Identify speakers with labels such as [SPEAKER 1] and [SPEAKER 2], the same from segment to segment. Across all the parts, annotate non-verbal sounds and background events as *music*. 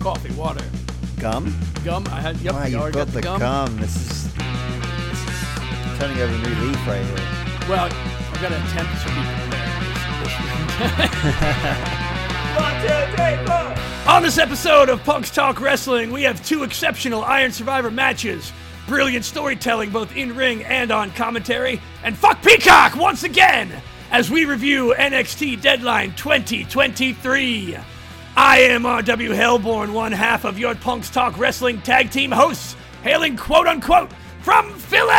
[SPEAKER 1] coffee, water,
[SPEAKER 2] Gum?
[SPEAKER 1] gum. I had yep.
[SPEAKER 2] wow,
[SPEAKER 1] I
[SPEAKER 2] you
[SPEAKER 1] already
[SPEAKER 2] broke
[SPEAKER 1] got
[SPEAKER 2] the gum. This is, this is turning over a new leaf right here.
[SPEAKER 1] Well, I've got to attempt to be prepared. On this episode of Punk's Talk Wrestling, we have two exceptional Iron Survivor matches, brilliant storytelling both in ring and on commentary, and fuck Peacock once again as we review NXT Deadline 2023. I am RW Hellborn, one half of your Punk's Talk Wrestling tag team hosts, hailing quote unquote from Philly!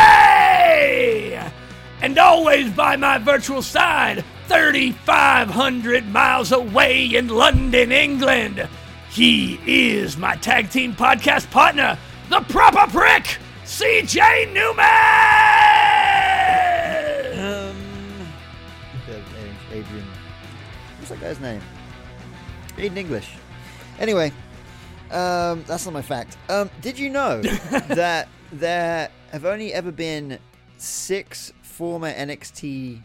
[SPEAKER 1] And always by my virtual side, 3,500 miles away in London, England. He is my tag team podcast partner, the proper prick, CJ Newman!
[SPEAKER 2] Um, Adrian. What's that guy's name? Aiden English. Anyway, um, that's not my fact. Um, did
[SPEAKER 1] *laughs*
[SPEAKER 2] you know that there have only ever been six former NXT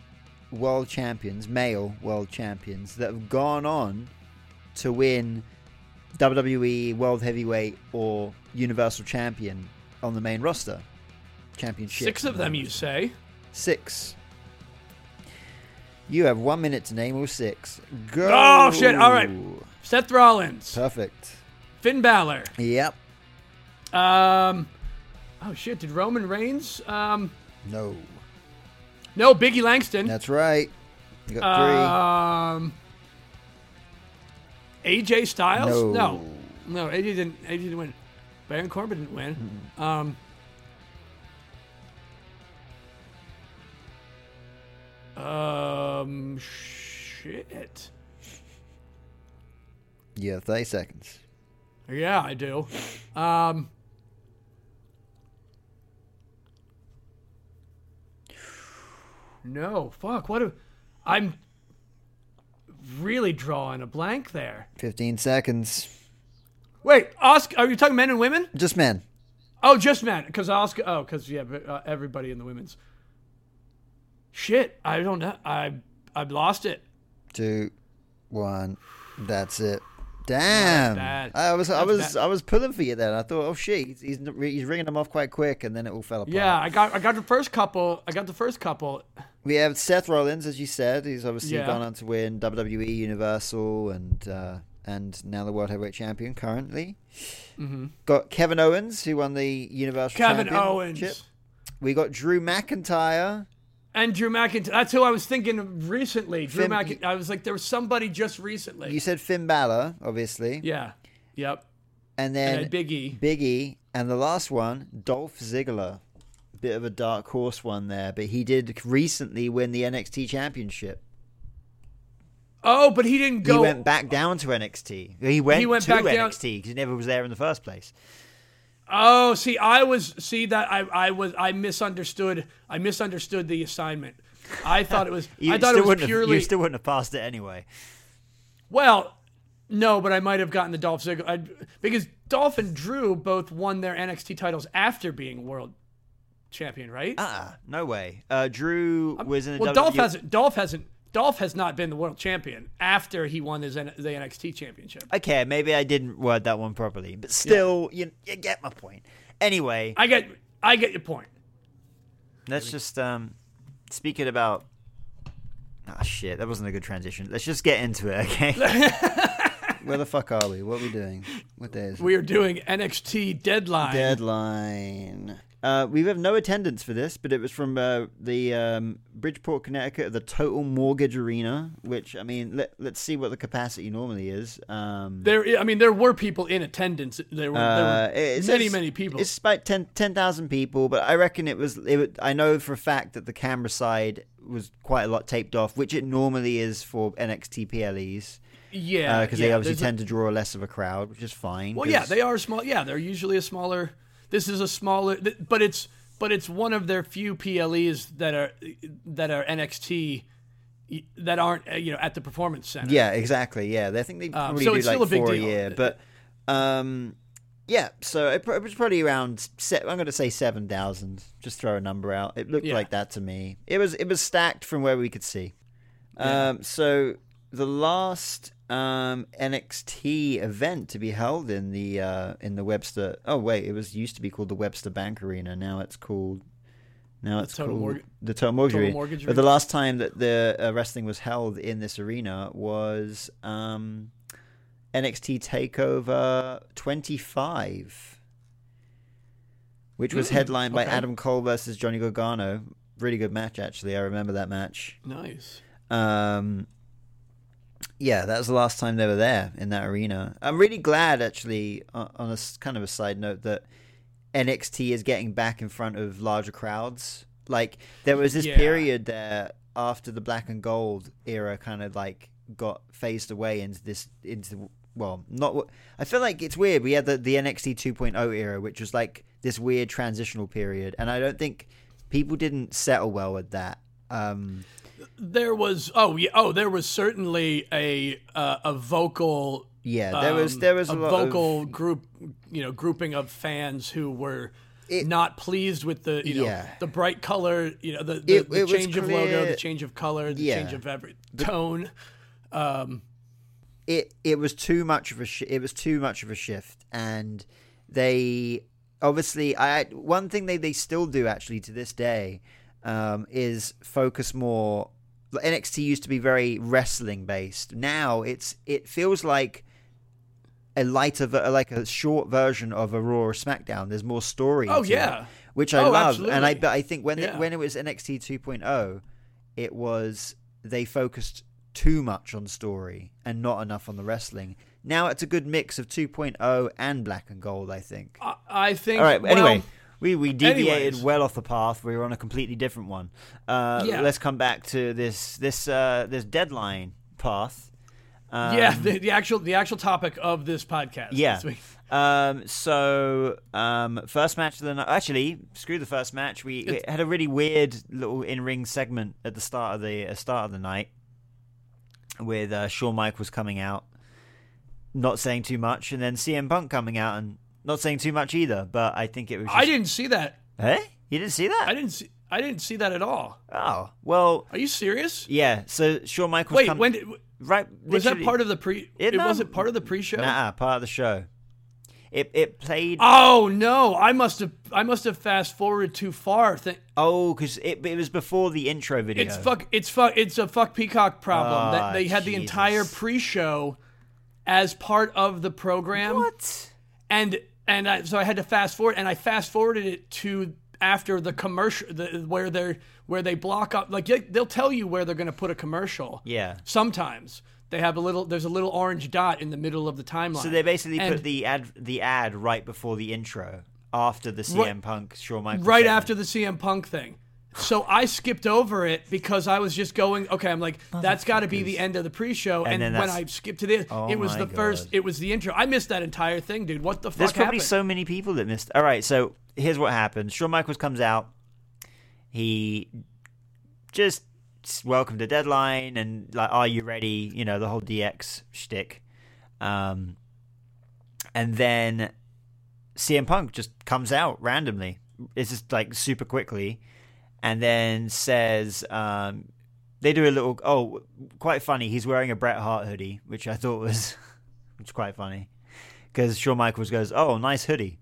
[SPEAKER 2] world champions, male world champions, that have gone on to win WWE World Heavyweight or Universal Champion on the main roster? Championship.
[SPEAKER 1] Six of them, you say?
[SPEAKER 2] Six. You have one minute to name all six. Go.
[SPEAKER 1] Oh, shit. All right. Seth Rollins,
[SPEAKER 2] Perfect.
[SPEAKER 1] Finn Balor.
[SPEAKER 2] Yep.
[SPEAKER 1] Um, oh, shit. Did Roman Reigns? Um,
[SPEAKER 2] No.
[SPEAKER 1] no, Biggie Langston.
[SPEAKER 2] That's right. You got
[SPEAKER 1] Um, AJ Styles?
[SPEAKER 2] No.
[SPEAKER 1] no, No, AJ didn't. AJ didn't win. Baron Corbin didn't win. Um, um, shit.
[SPEAKER 2] three. Yeah, 30 seconds.
[SPEAKER 1] Yeah, I do. Um, no, fuck. What? A, I'm really drawing a blank there.
[SPEAKER 2] 15 seconds.
[SPEAKER 1] Wait, Oscar, are you talking men and women?
[SPEAKER 2] Just men.
[SPEAKER 1] Oh, just men, because Oscar. Oh, because yeah, but, uh, everybody in the women's. Shit, I don't know. I I've lost it.
[SPEAKER 2] Two, one. That's it. Damn.
[SPEAKER 1] bad.
[SPEAKER 2] I was, I
[SPEAKER 1] That's
[SPEAKER 2] was,
[SPEAKER 1] bad.
[SPEAKER 2] I was pulling for you then. I thought, oh shit, he's, he's, he's ringing them off quite quick, and then it all fell apart.
[SPEAKER 1] Yeah, I got I got the first couple. I got the first couple.
[SPEAKER 2] We have Seth Rollins, as you said, who's obviously
[SPEAKER 1] Yeah.
[SPEAKER 2] gone on to win WWE Universal and uh, and now the World Heavyweight Champion currently. Got Kevin Owens, who won the Universal
[SPEAKER 1] Mm-hmm. Kevin
[SPEAKER 2] Championship.
[SPEAKER 1] Owens
[SPEAKER 2] We got Drew McIntyre.
[SPEAKER 1] and Drew McIntyre. That's who I was thinking of recently. Drew
[SPEAKER 2] Finn-
[SPEAKER 1] McIntyre. I was like, there was somebody just recently.
[SPEAKER 2] You said Finn Balor, obviously.
[SPEAKER 1] yeah. Yep.
[SPEAKER 2] And
[SPEAKER 1] And,
[SPEAKER 2] then
[SPEAKER 1] then Big E.
[SPEAKER 2] Big E. And the last one, Dolph Ziggler. Bit of a dark horse one there, but he did recently win the NXT Championship.
[SPEAKER 1] Oh, but he didn't go.
[SPEAKER 2] He went back down to NXT. He went,
[SPEAKER 1] He went
[SPEAKER 2] to
[SPEAKER 1] back down-
[SPEAKER 2] NXT because he never was there in the first place.
[SPEAKER 1] Oh, see, I was see that I I was I misunderstood. I misunderstood the assignment. I thought it was.
[SPEAKER 2] *laughs* You
[SPEAKER 1] I thought
[SPEAKER 2] still
[SPEAKER 1] it was
[SPEAKER 2] wouldn't Have,
[SPEAKER 1] purely.
[SPEAKER 2] you still wouldn't have passed it anyway.
[SPEAKER 1] Well, no, but I might have gotten the Dolph Ziggler I, because Dolph and Drew both won their NXT titles after being world champion, right?
[SPEAKER 2] Ah, no way. Uh, Drew was in the
[SPEAKER 1] well,
[SPEAKER 2] WWE
[SPEAKER 1] Dolph hasn't. Dolph hasn't. Dolph has not been the world champion after he won his N- the NXT championship.
[SPEAKER 2] Okay, maybe I didn't word that one properly, but still, you, you get my point. Anyway,
[SPEAKER 1] I get. I get your point.
[SPEAKER 2] let's just um, speaking about. Ah, shit, that wasn't a good transition. Let's just get into
[SPEAKER 1] *laughs*
[SPEAKER 2] it, okay? Where the fuck are we? What are we doing? What day is it?
[SPEAKER 1] We are doing NXT deadline.
[SPEAKER 2] Deadline. Uh, we have no attendance for this, but it was from uh, the um, Bridgeport, Connecticut, the Total Mortgage Arena, which, I mean, let, let's see what the capacity normally is. Um,
[SPEAKER 1] There, I mean, there were people in attendance. There were,
[SPEAKER 2] uh,
[SPEAKER 1] there were
[SPEAKER 2] it
[SPEAKER 1] many,
[SPEAKER 2] says
[SPEAKER 1] many people.
[SPEAKER 2] It's about 10 10,000 people, but I reckon it was, it, wa- I know for a fact that the camera side was quite a lot taped off, which it normally is for NXT PLEs, because
[SPEAKER 1] Yeah, yeah,
[SPEAKER 2] uh, they obviously
[SPEAKER 1] there's a-
[SPEAKER 2] tend to draw less of a crowd, which is fine.
[SPEAKER 1] Well, Oh, yeah,
[SPEAKER 2] 'cause-
[SPEAKER 1] they are small. Yeah, they're usually a smaller. This is a smaller, th- but it's but it's one of their few PLEs that are that are NXT y- that aren't uh, you know at the performance center.
[SPEAKER 2] Yeah, exactly. Yeah, they I think they probably
[SPEAKER 1] Um, so
[SPEAKER 2] do
[SPEAKER 1] it's
[SPEAKER 2] like
[SPEAKER 1] still a big
[SPEAKER 2] four a
[SPEAKER 1] deal.
[SPEAKER 2] year, but um, yeah. So it, pro- it was probably around. Se- I'm going to say seven thousand. Just throw a number out. It looked
[SPEAKER 1] Yeah.
[SPEAKER 2] like that to me. It was it was stacked from where we could see. Um, so the last um, NXT event to be held in the uh, in the Webster. Oh wait, it was used to be called the Webster Bank Arena. Now it's called now it's
[SPEAKER 1] Total
[SPEAKER 2] called
[SPEAKER 1] Mortg-
[SPEAKER 2] the Total Mortgage
[SPEAKER 1] Total
[SPEAKER 2] Arena.
[SPEAKER 1] Mortgage
[SPEAKER 2] But the last time that the uh, wrestling was held in this arena was um, NXT Takeover 25, which was
[SPEAKER 1] Mm,
[SPEAKER 2] headlined by
[SPEAKER 1] okay.
[SPEAKER 2] Adam Cole versus Johnny Gargano. Really good match, actually. I remember that match.
[SPEAKER 1] Nice.
[SPEAKER 2] Um, yeah, that was the last time they were there in that arena. I'm really glad, actually, o- on a s- kind of a side note, that NXT is getting back in front of larger crowds. Like there was this
[SPEAKER 1] Yeah.
[SPEAKER 2] period there after the black and gold era, kind of like got phased away into this into well, not. wh- I feel like it's weird. We had the the NXT 2.0 era, which was like this weird transitional period, and I don't think people didn't settle well with that. Um,
[SPEAKER 1] There was oh yeah oh there was certainly a uh, a vocal
[SPEAKER 2] Yeah, there was
[SPEAKER 1] um,
[SPEAKER 2] there was a,
[SPEAKER 1] a,
[SPEAKER 2] lot of-
[SPEAKER 1] vocal group you know grouping of fans who were
[SPEAKER 2] It-
[SPEAKER 1] not pleased with the you know
[SPEAKER 2] Yeah.
[SPEAKER 1] the bright color you know the, the,
[SPEAKER 2] It-
[SPEAKER 1] the
[SPEAKER 2] it was
[SPEAKER 1] change of logo
[SPEAKER 2] clear-
[SPEAKER 1] the change of color the
[SPEAKER 2] Yeah.
[SPEAKER 1] change of every tone
[SPEAKER 2] it it was too much of a sh- it was too much of a shift, and they obviously I one thing they they still do actually to this day um, is focus more. like, NXT used to be very wrestling based. Now it's it feels like a lighter ver- like a short version of a Raw or SmackDown. There's more story.
[SPEAKER 1] Oh,
[SPEAKER 2] to
[SPEAKER 1] yeah.
[SPEAKER 2] it, which I
[SPEAKER 1] Oh,
[SPEAKER 2] love, and I
[SPEAKER 1] absolutely.
[SPEAKER 2] but I think when it,
[SPEAKER 1] Yeah.
[SPEAKER 2] when it was NXT 2.0, oh, it was they focused too much on story and not enough on the wrestling. Now it's a good mix of 2.0 and black and gold. I think.
[SPEAKER 1] I, I think
[SPEAKER 2] All right.
[SPEAKER 1] well,
[SPEAKER 2] anyway, we we deviated
[SPEAKER 1] anyways.
[SPEAKER 2] well off the path. We were on a completely different one. Uh,
[SPEAKER 1] Yeah.
[SPEAKER 2] Let's come back to this this uh, this deadline path. Um,
[SPEAKER 1] yeah the, the actual the actual topic of this podcast
[SPEAKER 2] Yeah.
[SPEAKER 1] this week.
[SPEAKER 2] Um, so um, first match of the night. Actually, screw the first match. We, we had a really weird little in-ring segment at the start of the uh, start of the night with uh, Shawn Michaels coming out, not saying too much, and then CM Punk coming out and not saying too much either. But I think it was. Just,
[SPEAKER 1] I didn't see that
[SPEAKER 2] Eh? You didn't see
[SPEAKER 1] I
[SPEAKER 2] that?
[SPEAKER 1] didn't see I didn't see that at all
[SPEAKER 2] Oh well.
[SPEAKER 1] are you serious
[SPEAKER 2] Yeah. So Shawn Michaels.
[SPEAKER 1] wait
[SPEAKER 2] come-
[SPEAKER 1] when did,
[SPEAKER 2] Right.
[SPEAKER 1] was that
[SPEAKER 2] literally-
[SPEAKER 1] part of the pre
[SPEAKER 2] It-
[SPEAKER 1] it,
[SPEAKER 2] no.
[SPEAKER 1] wasn't part of the pre show
[SPEAKER 2] Nah, part of the show. It it played.
[SPEAKER 1] oh no I must have I must have fast forwarded too far Th-
[SPEAKER 2] Oh, because it, it was before the intro video.
[SPEAKER 1] It's fuck. It's fuck. It's a fuck peacock problem.
[SPEAKER 2] Ah,
[SPEAKER 1] that they had the
[SPEAKER 2] Jesus.
[SPEAKER 1] entire pre-show as part of the program,
[SPEAKER 2] Um, What?
[SPEAKER 1] and and I, so I had to fast forward, and I fast forwarded it to after the commercial, the, where they're where they block up. Like they- they'll tell you where they're going to put a commercial.
[SPEAKER 2] Yeah.
[SPEAKER 1] Sometimes they have a little. There's a little orange dot in the middle of the timeline.
[SPEAKER 2] So they basically
[SPEAKER 1] And-
[SPEAKER 2] put the ad the ad right before the intro, after the CM Punk Shawn Michaels.
[SPEAKER 1] right
[SPEAKER 2] segment.
[SPEAKER 1] after the CM Punk thing. So I skipped over it because I was just going, okay, I'm like,
[SPEAKER 2] Oh,
[SPEAKER 1] that's got to be the end of the pre-show. And,
[SPEAKER 2] then
[SPEAKER 1] when
[SPEAKER 2] that's-
[SPEAKER 1] I skipped to the,
[SPEAKER 2] Oh
[SPEAKER 1] it was
[SPEAKER 2] my
[SPEAKER 1] the first,
[SPEAKER 2] God.
[SPEAKER 1] it was the intro. I missed that entire thing, dude. What the fuck
[SPEAKER 2] There's probably
[SPEAKER 1] happened?
[SPEAKER 2] so many people that missed. All right, so here's what happened. Shawn Michaels comes out. He just welcomed the deadline and like, are you ready? You know the whole DX shtick. Um, and then CM Punk just comes out randomly. It's just like super quickly, and then says, um, they do a little. Oh, quite funny. He's wearing a Bret Hart hoodie, which I thought was, *laughs* which is quite funny, because Shawn Michaels goes, "Oh, nice hoodie."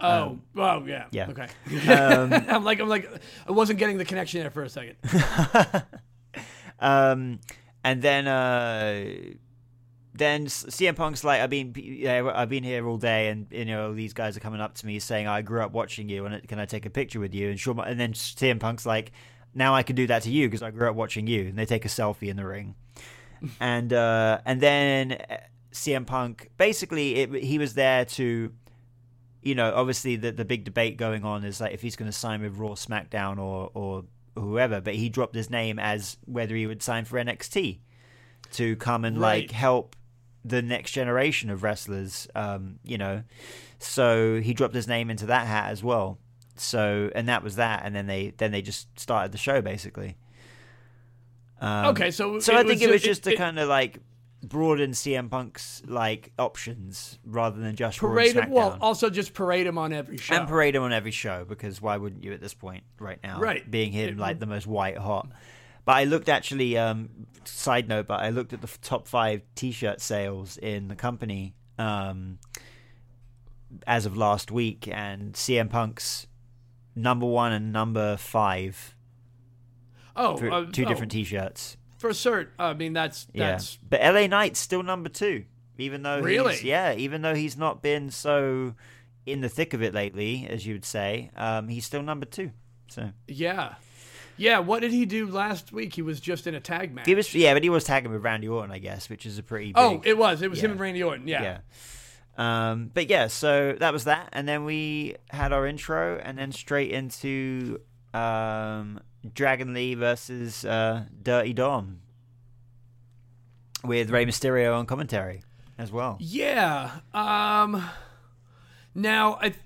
[SPEAKER 1] oh, oh yeah.
[SPEAKER 2] Um, yeah.
[SPEAKER 1] Okay. *laughs* I'm like, I'm like, I wasn't getting the connection there for a second.
[SPEAKER 2] Um, and then uh, then CM Punk's like, I've been yeah, I've been here all day, and you know these guys are coming up to me saying, "I grew up watching you, and can I take a picture with you?" And Shawn, Mi- and then CM Punk's like, "Now I can do that to you because I grew up watching you." And they take a selfie in the ring, and uh, and then uh, CM Punk basically it, he was there to. You know, obviously the the big debate going on is like if he's going to sign with Raw, SmackDown, or or whoever. But he dropped his name as whether he would sign for NXT to come and like
[SPEAKER 1] Right.
[SPEAKER 2] help the next generation of wrestlers. Um, you know, so he dropped his name into that hat as well. So and that was that, and then they then they just started the show basically. Um,
[SPEAKER 1] okay. So,
[SPEAKER 2] so I think it was just to
[SPEAKER 1] it-
[SPEAKER 2] kind of like broaden CM Punk's like options rather than just Raw and
[SPEAKER 1] parade him. Well, oh,
[SPEAKER 2] SmackDown.
[SPEAKER 1] also just parade him on every show.
[SPEAKER 2] and parade him on every show because why wouldn't you at this point right now?
[SPEAKER 1] Right.
[SPEAKER 2] being him
[SPEAKER 1] It
[SPEAKER 2] like the most white hot. But I looked actually. Um, side note, but I looked at the f- top five T-shirt sales in the company um, as of last week, and CM Punk's number one and number five
[SPEAKER 1] Oh,
[SPEAKER 2] for
[SPEAKER 1] uh,
[SPEAKER 2] two
[SPEAKER 1] oh,
[SPEAKER 2] different T-shirts.
[SPEAKER 1] for cert. I mean, that's that's
[SPEAKER 2] yeah, but LA Knight's still number two, even though
[SPEAKER 1] Really?
[SPEAKER 2] he's, yeah, even though he's not been so in the thick of it lately, as you would say, um, he's still number two. So
[SPEAKER 1] yeah, yeah. What did he do last week? He was just in a tag match.
[SPEAKER 2] he was, yeah, but he was tagging with Randy Orton, I guess, which is a pretty big,
[SPEAKER 1] oh, it was it was him
[SPEAKER 2] Yeah.
[SPEAKER 1] and Randy Orton. Yeah.
[SPEAKER 2] yeah. Um, but yeah, so that was that, and then we had our intro, and then straight into um, Dragon Lee versus uh, Dirty Dom with Rey Mysterio on commentary as well.
[SPEAKER 1] Yeah. Um now I th-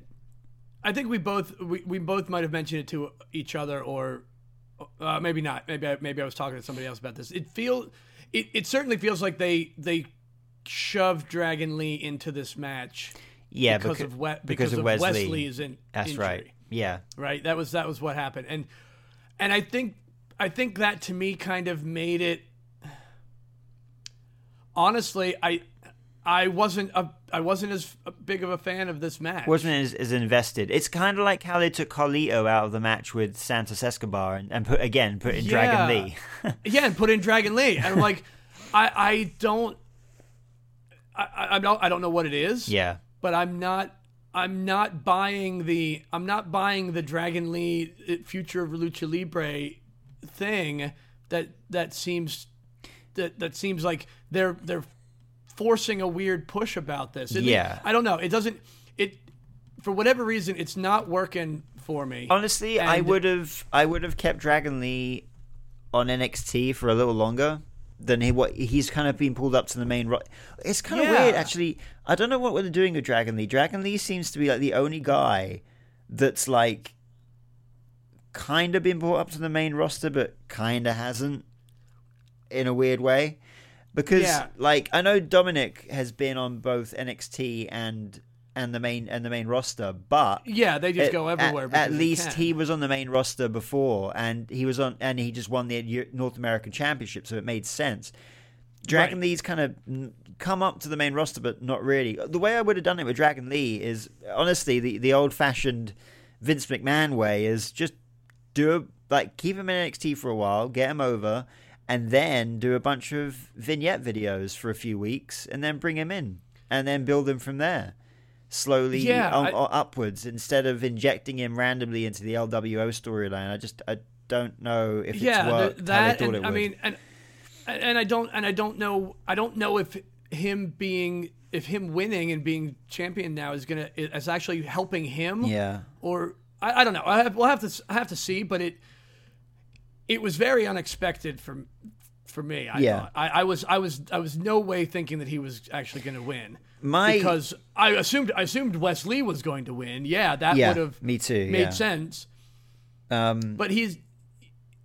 [SPEAKER 1] I think we both we, we both might have mentioned it to each other or uh, maybe not. Maybe I, maybe I was talking to somebody else about this. It feel it, it certainly feels like they they shoved Dragon Lee into this match
[SPEAKER 2] Yeah,
[SPEAKER 1] because
[SPEAKER 2] becau-
[SPEAKER 1] of we- because,
[SPEAKER 2] because
[SPEAKER 1] of
[SPEAKER 2] of Wesley.
[SPEAKER 1] Wesley's in-
[SPEAKER 2] That's
[SPEAKER 1] injury
[SPEAKER 2] right. Yeah,
[SPEAKER 1] right that was that was what happened and and i think i think that to me kind of made it honestly i i wasn't a i wasn't as big of a fan of this match
[SPEAKER 2] wasn't as, as invested. It's kind of like how they took Carlito out of the match with Santos Escobar and, and put again put in Dragon Lee.
[SPEAKER 1] yeah and put in dragon lee and i'm like i i don't I, I I don't I don't know what it is.
[SPEAKER 2] yeah,
[SPEAKER 1] But I'm not I'm not buying the I'm not buying the Dragon Lee uh, future of Lucha Libre thing that that seems that that seems like they're they're forcing a weird push about this. At least-
[SPEAKER 2] Yeah.
[SPEAKER 1] I don't know. It doesn't it for whatever reason it's not working for me.
[SPEAKER 2] honestly, I
[SPEAKER 1] And-
[SPEAKER 2] would have I would have kept Dragon Lee on NXT for a little longer than he what he's kind of been pulled up to the main. Ro- it's kind of
[SPEAKER 1] Yeah.
[SPEAKER 2] weird, actually. I don't know what we're doing with Dragon Lee. Dragon Lee seems to be like the only guy that's like kind of been brought up to the main roster, but kind of hasn't in a weird way. Because
[SPEAKER 1] Yeah.
[SPEAKER 2] like I know Dominic has been on both NXT and and the main and the main roster, but
[SPEAKER 1] yeah, they just
[SPEAKER 2] at-
[SPEAKER 1] go
[SPEAKER 2] at-
[SPEAKER 1] everywhere.
[SPEAKER 2] At,
[SPEAKER 1] because they
[SPEAKER 2] least
[SPEAKER 1] can.
[SPEAKER 2] he was on the main roster before, and he was on, and he just won the Eu- North American Championship, so it made sense. Dragon
[SPEAKER 1] Right.
[SPEAKER 2] Lee's kind of n- come up to the main roster, but not really. The way I would have done it with Dragon Lee is honestly the the old fashioned Vince McMahon way is just do a, like keep him in NXT for a while, get him over, and then do a bunch of vignette videos for a few weeks, and then bring him in, and then build him from there slowly
[SPEAKER 1] Yeah,
[SPEAKER 2] on,
[SPEAKER 1] I-
[SPEAKER 2] o- upwards instead of injecting him randomly into the LWO storyline. I just I don't know if
[SPEAKER 1] yeah,
[SPEAKER 2] it's
[SPEAKER 1] th-
[SPEAKER 2] worked how they
[SPEAKER 1] that
[SPEAKER 2] thought
[SPEAKER 1] and,
[SPEAKER 2] it
[SPEAKER 1] I
[SPEAKER 2] would.
[SPEAKER 1] mean, and and I don't and I don't know I don't know if him being if him winning and being champion now is gonna is actually helping him.
[SPEAKER 2] yeah,
[SPEAKER 1] Or I, I don't know. I have, we'll have to s- I have to see, but it it was very unexpected for for me. I
[SPEAKER 2] Yeah.
[SPEAKER 1] thought. I, I was I was I was no way thinking that he was actually gonna win.
[SPEAKER 2] My-
[SPEAKER 1] because I assumed I assumed Wesley was going to win. Yeah, that
[SPEAKER 2] yeah,
[SPEAKER 1] would have
[SPEAKER 2] me too.
[SPEAKER 1] made
[SPEAKER 2] yeah.
[SPEAKER 1] sense
[SPEAKER 2] Um,
[SPEAKER 1] but he's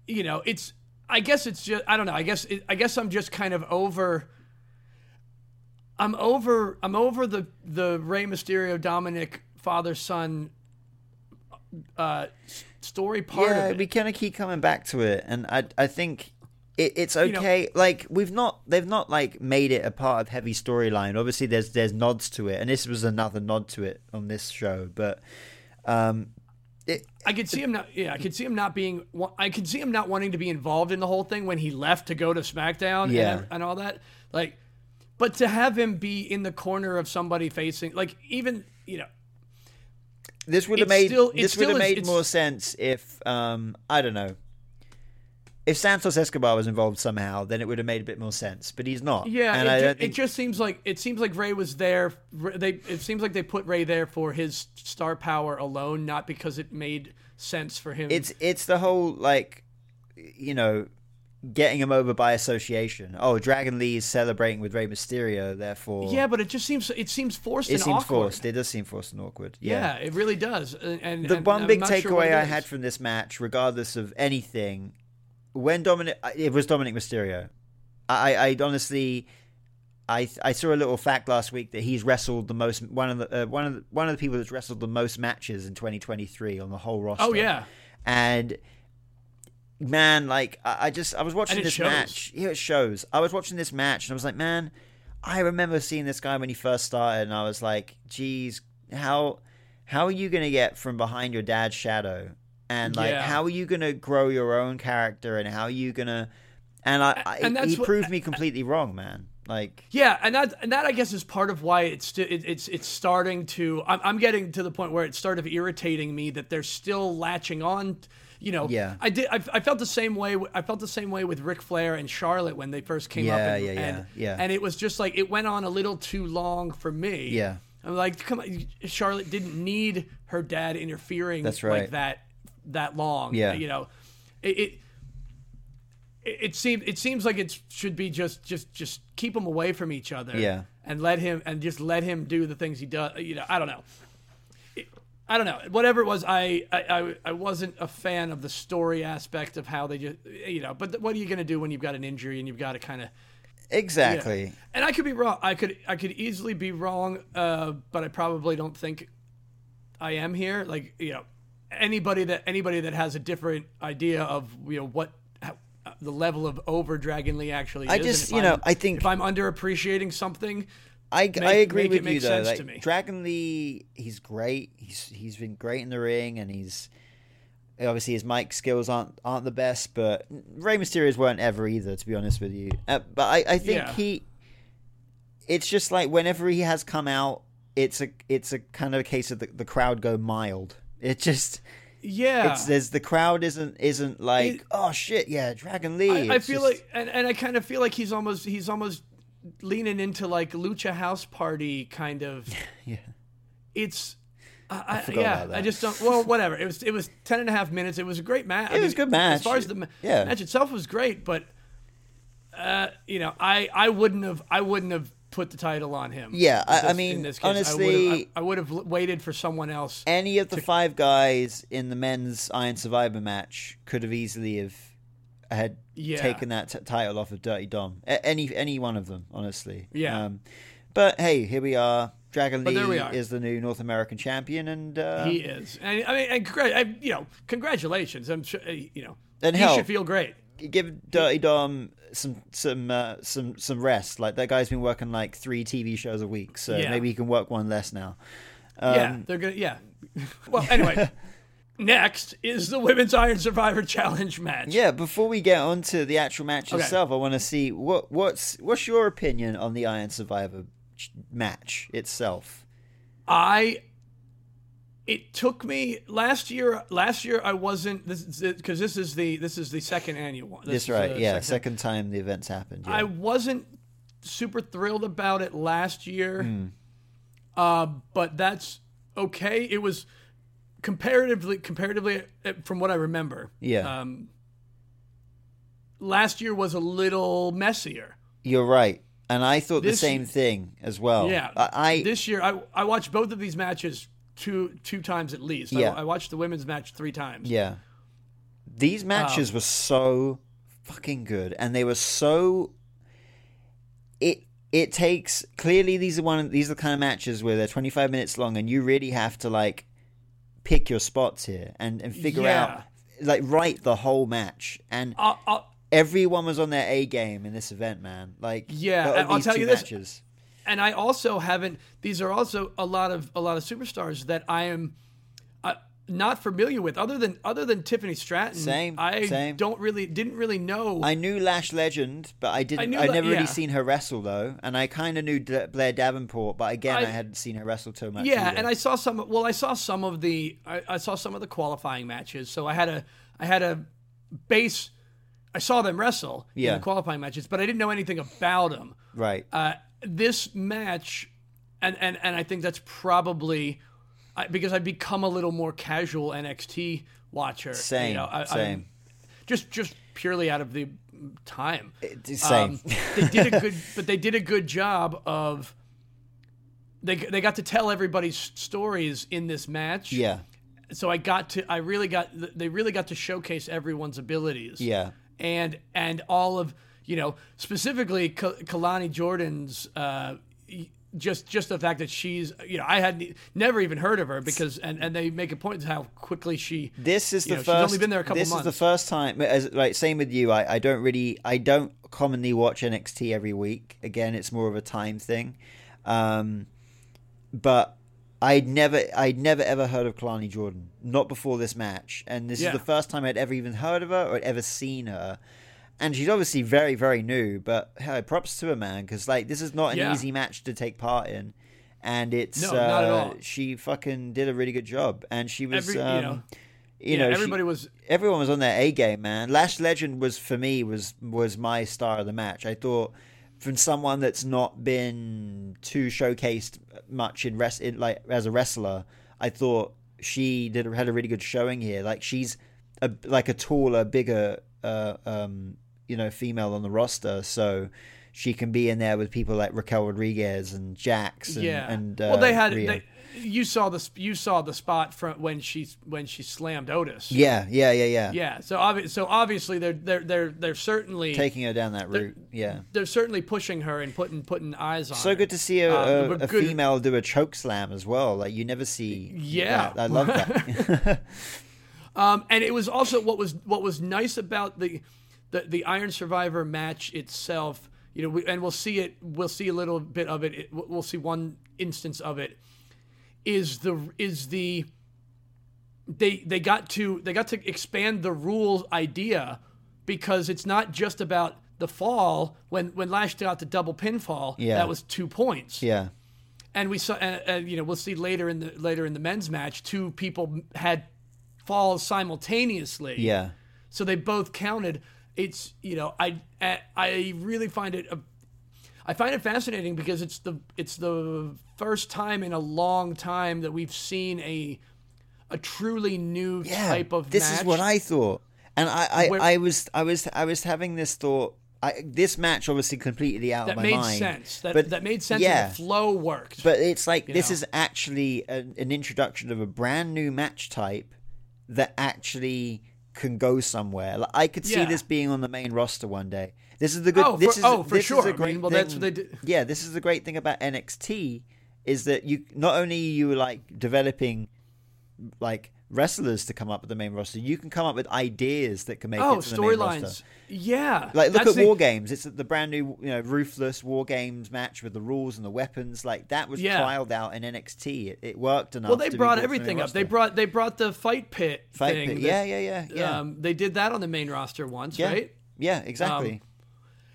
[SPEAKER 1] you know it's i guess it's just i don't know i guess it, i guess i'm just kind of over i'm over i'm over the the Rey mysterio dominic father son uh s- story part
[SPEAKER 2] yeah,
[SPEAKER 1] of it
[SPEAKER 2] we kind of keep coming back to it, and I I think it, it's
[SPEAKER 1] know-
[SPEAKER 2] okay. like we've not they've not like made it a part of heavy storyline. Obviously, there's there's nods to it, and this was another nod to it on this show. But
[SPEAKER 1] i could see him not yeah i could see him not being wa- i could see him not wanting to be involved in the whole thing when he left to go to smackdown
[SPEAKER 2] Yeah.
[SPEAKER 1] and, and all that like but to have him be in the corner of somebody facing like even you know
[SPEAKER 2] this would have
[SPEAKER 1] It's
[SPEAKER 2] made
[SPEAKER 1] still- it
[SPEAKER 2] this would
[SPEAKER 1] still
[SPEAKER 2] have
[SPEAKER 1] is-
[SPEAKER 2] made
[SPEAKER 1] it's-
[SPEAKER 2] more sense if um I don't know if Santos Escobar was involved somehow, then it would have made a bit more sense. But he's not.
[SPEAKER 1] Yeah,
[SPEAKER 2] and
[SPEAKER 1] it,
[SPEAKER 2] I
[SPEAKER 1] ju-
[SPEAKER 2] don't
[SPEAKER 1] it
[SPEAKER 2] think
[SPEAKER 1] just seems like it seems like Ray was there. Ray- They it seems like they put Ray there for his star power alone, not because it made sense for him.
[SPEAKER 2] it's it's the whole like you know getting him over by association. Oh, Dragon Lee is celebrating with Rey Mysterio, therefore
[SPEAKER 1] yeah, but it just seems it seems forced.
[SPEAKER 2] it
[SPEAKER 1] and
[SPEAKER 2] seems
[SPEAKER 1] awkward.
[SPEAKER 2] forced. It does seem forced and awkward.
[SPEAKER 1] Yeah. it really does. And, and
[SPEAKER 2] the
[SPEAKER 1] and
[SPEAKER 2] one
[SPEAKER 1] I'm
[SPEAKER 2] big
[SPEAKER 1] not sure what
[SPEAKER 2] takeaway
[SPEAKER 1] it
[SPEAKER 2] I
[SPEAKER 1] is.
[SPEAKER 2] had from this match, regardless of anything, when Dominic, uh, it was Dominic Mysterio. I, I honestly, I, I saw a little fact last week that he's wrestled the most one of the uh, one of the, one of the people that's wrestled the most matches in 2023 on the whole roster.
[SPEAKER 1] Oh yeah,
[SPEAKER 2] and man, like I, I just I was watching
[SPEAKER 1] it
[SPEAKER 2] this
[SPEAKER 1] shows.
[SPEAKER 2] match. Yeah, it shows. I was watching this match and I was like, man, I remember seeing this guy when he first started, and I was like, geez, how how are you gonna get from behind your dad's shadow? And like,
[SPEAKER 1] Yeah.
[SPEAKER 2] how are you gonna grow your own character? And how are you gonna? And I, I
[SPEAKER 1] and that's
[SPEAKER 2] he
[SPEAKER 1] what-
[SPEAKER 2] proved me completely wrong, man. Like,
[SPEAKER 1] Yeah, and that and that I guess is part of why it's sti- it, it's it's starting to. I'm, I'm getting to the point where it's started irritating me that they're still latching on. You know,
[SPEAKER 2] Yeah.
[SPEAKER 1] I did. I, I felt the same way. w- I felt the same way with Ric Flair and Charlotte when they first came up.
[SPEAKER 2] Yeah,
[SPEAKER 1] And,
[SPEAKER 2] yeah, yeah,
[SPEAKER 1] and,
[SPEAKER 2] yeah.
[SPEAKER 1] And it was just like it went on a little too long for me.
[SPEAKER 2] Yeah.
[SPEAKER 1] I'm like, come on, Charlotte didn't need her dad interfering
[SPEAKER 2] That's
[SPEAKER 1] like
[SPEAKER 2] right.
[SPEAKER 1] that that long.
[SPEAKER 2] Yeah.
[SPEAKER 1] you know, it. it it it seems it seems like it should be just just just keep them away from each other
[SPEAKER 2] Yeah.
[SPEAKER 1] and let him and just let him do the things he does you know i don't know It- i don't know whatever it was I, I i i wasn't a fan of the story aspect of how they just you know but what are you going to do when you've got an injury and you've got to kind of
[SPEAKER 2] exactly.
[SPEAKER 1] and i could be wrong i could i could easily be wrong uh but i probably don't think i am here like you know anybody that anybody that has a different idea of you know what how, uh, the level of over dragon lee actually
[SPEAKER 2] I
[SPEAKER 1] is and
[SPEAKER 2] just-
[SPEAKER 1] if
[SPEAKER 2] you know,
[SPEAKER 1] I'm-
[SPEAKER 2] I think-
[SPEAKER 1] if i'm underappreciating something
[SPEAKER 2] I, I
[SPEAKER 1] Make-
[SPEAKER 2] agree
[SPEAKER 1] make
[SPEAKER 2] with
[SPEAKER 1] it make
[SPEAKER 2] you though.
[SPEAKER 1] sense
[SPEAKER 2] Like,
[SPEAKER 1] to me.
[SPEAKER 2] Dragon Lee, he's great. He's he's been great in the ring, and he's obviously his mic skills aren't aren't the best, but Rey Mysterio's weren't ever either, to be honest with you. Uh, but I, I think
[SPEAKER 1] Yeah.
[SPEAKER 2] he, it's just like whenever he has come out, it's a it's a kind of a case of the, the crowd go mild. It just
[SPEAKER 1] yeah
[SPEAKER 2] it's there's the crowd isn't isn't like
[SPEAKER 1] Ah. It-
[SPEAKER 2] oh shit yeah Dragon Lee.
[SPEAKER 1] I, I
[SPEAKER 2] It's
[SPEAKER 1] feel
[SPEAKER 2] just-
[SPEAKER 1] like, and, and I kind of feel like he's almost he's almost leaning into like lucha house party kind of.
[SPEAKER 2] Yeah.
[SPEAKER 1] It's. I, I,
[SPEAKER 2] forgot
[SPEAKER 1] yeah,
[SPEAKER 2] about that.
[SPEAKER 1] I just don't. Well, whatever. It was it was ten and a half minutes. It was a great match.
[SPEAKER 2] It was a good match.
[SPEAKER 1] As far as the ma-
[SPEAKER 2] Yeah.
[SPEAKER 1] match itself was great, but uh, you know, I I wouldn't have I wouldn't have put the title on him.
[SPEAKER 2] Yeah, I- I
[SPEAKER 1] This-
[SPEAKER 2] mean,
[SPEAKER 1] in this case, I would have,
[SPEAKER 2] honestly-
[SPEAKER 1] I, I would have waited for someone else.
[SPEAKER 2] any of the five guys in the men's Iron Survivor match could have easily have had
[SPEAKER 1] Yeah.
[SPEAKER 2] taken that t- title off of Dirty Dom. A- any any one of them, honestly.
[SPEAKER 1] Yeah.
[SPEAKER 2] Um, but hey, here we are. Dragon
[SPEAKER 1] But there we
[SPEAKER 2] Lee
[SPEAKER 1] are.
[SPEAKER 2] is the new North American champion, and uh,
[SPEAKER 1] he is, and I mean, and congrat- I, you know, congratulations. I'm sure uh, you know.
[SPEAKER 2] And
[SPEAKER 1] he
[SPEAKER 2] hell-
[SPEAKER 1] should feel great.
[SPEAKER 2] give Dirty Dom some some uh, some some rest. Like that guy's been working like three TV shows a week, so
[SPEAKER 1] Yeah.
[SPEAKER 2] maybe he can work one less now. Um,
[SPEAKER 1] Yeah, they're gonna. Yeah. *laughs* Well,
[SPEAKER 2] *laughs*
[SPEAKER 1] anyway, next is the women's Iron Survivor Challenge match.
[SPEAKER 2] Yeah, before we get on to the actual match
[SPEAKER 1] Okay.
[SPEAKER 2] itself, I want to see what what's what's your opinion on the Iron Survivor ch- match itself?
[SPEAKER 1] I. It took me last year. Last year I wasn't this because this is the this is the second annual one. This
[SPEAKER 2] That's
[SPEAKER 1] is
[SPEAKER 2] right.
[SPEAKER 1] the
[SPEAKER 2] yeah,
[SPEAKER 1] second-
[SPEAKER 2] second time the event's happened. Yeah.
[SPEAKER 1] I wasn't super thrilled about it last year, uh, but that's okay. It was comparatively comparatively uh, from what I remember.
[SPEAKER 2] Yeah.
[SPEAKER 1] Um, last year was a little messier.
[SPEAKER 2] You're right, and I thought
[SPEAKER 1] This-
[SPEAKER 2] the same thing as well.
[SPEAKER 1] Yeah.
[SPEAKER 2] I, I
[SPEAKER 1] this year I I watched both of these matches two two times at least.
[SPEAKER 2] Yeah.
[SPEAKER 1] I, I watched the women's match three times.
[SPEAKER 2] yeah. These
[SPEAKER 1] Um,
[SPEAKER 2] matches were so fucking good, and they were so. It it takes clearly these are one these are the kind of matches where they're 25 minutes long, and you really have to like pick your spots here and and figure
[SPEAKER 1] Yeah. Uh,
[SPEAKER 2] out like write the whole match and.
[SPEAKER 1] I'll, I'll,
[SPEAKER 2] Everyone was on their A game in this event, man. Like,
[SPEAKER 1] Yeah,
[SPEAKER 2] but of
[SPEAKER 1] and I'll
[SPEAKER 2] these
[SPEAKER 1] tell
[SPEAKER 2] two
[SPEAKER 1] you this-
[SPEAKER 2] matches.
[SPEAKER 1] and I also haven't. These are also a lot of a lot of superstars that I am uh, not familiar with, other than other than Tiffany Stratton.
[SPEAKER 2] Same,
[SPEAKER 1] I
[SPEAKER 2] same.
[SPEAKER 1] don't really didn't really know.
[SPEAKER 2] I knew Lash Legend, but I didn't. I
[SPEAKER 1] knew
[SPEAKER 2] would
[SPEAKER 1] La-
[SPEAKER 2] never
[SPEAKER 1] yeah.
[SPEAKER 2] really seen her wrestle though, and I kind of knew D- Blair Davenport, but again, I,
[SPEAKER 1] I-
[SPEAKER 2] hadn't seen her wrestle too much.
[SPEAKER 1] yeah,
[SPEAKER 2] either.
[SPEAKER 1] and I saw some. Well, I saw some of the I, I saw some of the qualifying matches. So I had a I had a base. I saw them wrestle in
[SPEAKER 2] Yeah.
[SPEAKER 1] the qualifying matches, but I didn't know anything about them.
[SPEAKER 2] right.
[SPEAKER 1] uh, this match, and, and and I think that's probably I, because I've become a little more casual NXT watcher. you
[SPEAKER 2] Same,
[SPEAKER 1] know, I, I'm
[SPEAKER 2] same.
[SPEAKER 1] just just purely out of the mm, time.
[SPEAKER 2] It's same.
[SPEAKER 1] Um, they did a good, but they did a good job of. They, they got to tell everybody's stories in this match.
[SPEAKER 2] *laughs* yeah,
[SPEAKER 1] So I got to I really got they really got to showcase everyone's abilities
[SPEAKER 2] yeah,
[SPEAKER 1] and and all of you know specifically Ka- Kalani Jordan's uh, y- just just the fact that she's you know I had not never even heard of her because and, and they make a point of how quickly she
[SPEAKER 2] This is the
[SPEAKER 1] you know, she's
[SPEAKER 2] first.
[SPEAKER 1] only been there a couple
[SPEAKER 2] this
[SPEAKER 1] months.
[SPEAKER 2] is the first time. As like same with you, I, I don't really, I don't commonly watch NXT every week. Again, it's more of a time thing. Um, but I'd never, I'd never ever heard of Kalani Jordan, not before this match, and this
[SPEAKER 1] Yeah.
[SPEAKER 2] is the first time I'd ever even heard of her or ever seen her. And she's obviously very, very new. But hey, props to her, man, because like this is not an
[SPEAKER 1] Yeah.
[SPEAKER 2] easy match to take part in. And it's
[SPEAKER 1] No,
[SPEAKER 2] uh,
[SPEAKER 1] not at all.
[SPEAKER 2] she fucking did a really good job, and she was
[SPEAKER 1] Every- you
[SPEAKER 2] um,
[SPEAKER 1] know.
[SPEAKER 2] you
[SPEAKER 1] Yeah,
[SPEAKER 2] know, she-
[SPEAKER 1] everybody was-
[SPEAKER 2] everyone was on their A game, man. Lash Legend was for me was was my star of the match. I thought from someone that's not been too showcased much in rest in, like as a wrestler, I thought she did had a really good showing here. Like she's a, like a taller, bigger, uh, um, you know, female on the roster, so she can be in there with people like Raquel Rodriguez and Jax. And,
[SPEAKER 1] yeah
[SPEAKER 2] and uh,
[SPEAKER 1] well they had
[SPEAKER 2] Rhea.
[SPEAKER 1] they, you saw the sp- you saw the spot from when she when she slammed Otis
[SPEAKER 2] yeah, yeah, yeah, yeah,
[SPEAKER 1] yeah so obvi- so obviously they're they're they're they're certainly
[SPEAKER 2] Taking her down that route, yeah.
[SPEAKER 1] they're certainly pushing her and putting putting eyes on
[SPEAKER 2] So
[SPEAKER 1] her.
[SPEAKER 2] good to see a, a,
[SPEAKER 1] Uh, but
[SPEAKER 2] a
[SPEAKER 1] good-
[SPEAKER 2] female do a choke slam as well. Like you never see.
[SPEAKER 1] Yeah.
[SPEAKER 2] that. I
[SPEAKER 1] *laughs*
[SPEAKER 2] love that.
[SPEAKER 1] Um, and it was also what was what was nice about the the, the Iron Survivor match itself. You know, we, and we'll see it. We'll see a little bit of it. it. we'll- We'll see one instance of it. Is the is the they they got to they got to expand the rules idea because it's not just about the fall when when Lash got the double pinfall
[SPEAKER 2] Yeah.
[SPEAKER 1] that was two points
[SPEAKER 2] yeah,
[SPEAKER 1] and we saw, uh, uh, you know, we'll see later in the later in the men's match, two people had falls simultaneously.
[SPEAKER 2] yeah,
[SPEAKER 1] So they both counted. It's you know, I I- I really find it, a, I find it fascinating because it's the it's the first time in a long time that we've seen a a truly new
[SPEAKER 2] yeah.
[SPEAKER 1] type of
[SPEAKER 2] this
[SPEAKER 1] match.
[SPEAKER 2] is what I thought, and I, I,
[SPEAKER 1] Where-
[SPEAKER 2] I was, I was, I was having this thought. I, this match obviously completely out
[SPEAKER 1] that
[SPEAKER 2] of my
[SPEAKER 1] made
[SPEAKER 2] mind.
[SPEAKER 1] sense. That
[SPEAKER 2] but
[SPEAKER 1] that made sense.
[SPEAKER 2] Yeah,
[SPEAKER 1] And the flow worked.
[SPEAKER 2] but it's like this
[SPEAKER 1] know?
[SPEAKER 2] is actually an, an introduction of a brand new match type that actually can go somewhere. Like, I could see
[SPEAKER 1] Yeah.
[SPEAKER 2] this being on the main roster one day. This is the good.
[SPEAKER 1] Oh,
[SPEAKER 2] this
[SPEAKER 1] for-
[SPEAKER 2] is,
[SPEAKER 1] oh, for
[SPEAKER 2] this is
[SPEAKER 1] sure. I
[SPEAKER 2] a
[SPEAKER 1] mean,
[SPEAKER 2] great
[SPEAKER 1] well,
[SPEAKER 2] thing.
[SPEAKER 1] that's what they did.
[SPEAKER 2] Yeah, this is the great thing about NXT is that you not only you like developing like wrestlers to come up with the main roster, you can come up with ideas that can make
[SPEAKER 1] oh,
[SPEAKER 2] it to the main roster.
[SPEAKER 1] storylines. Yeah.
[SPEAKER 2] Like look
[SPEAKER 1] That's
[SPEAKER 2] at
[SPEAKER 1] the-
[SPEAKER 2] War Games. It's the brand new, you know, ruthless War Games match with the rules and the weapons. Like that was
[SPEAKER 1] Yeah.
[SPEAKER 2] trialed out in NXT. It, it worked enough.
[SPEAKER 1] Well, they
[SPEAKER 2] to be
[SPEAKER 1] brought
[SPEAKER 2] brought to the
[SPEAKER 1] everything
[SPEAKER 2] main
[SPEAKER 1] up. They
[SPEAKER 2] roster.
[SPEAKER 1] brought they brought the fight pit
[SPEAKER 2] Fight
[SPEAKER 1] thing.
[SPEAKER 2] pit.
[SPEAKER 1] that-
[SPEAKER 2] Yeah, yeah, yeah, yeah.
[SPEAKER 1] Um, they did that on the main roster once,
[SPEAKER 2] yeah,
[SPEAKER 1] right? Um,
[SPEAKER 2] yeah, exactly.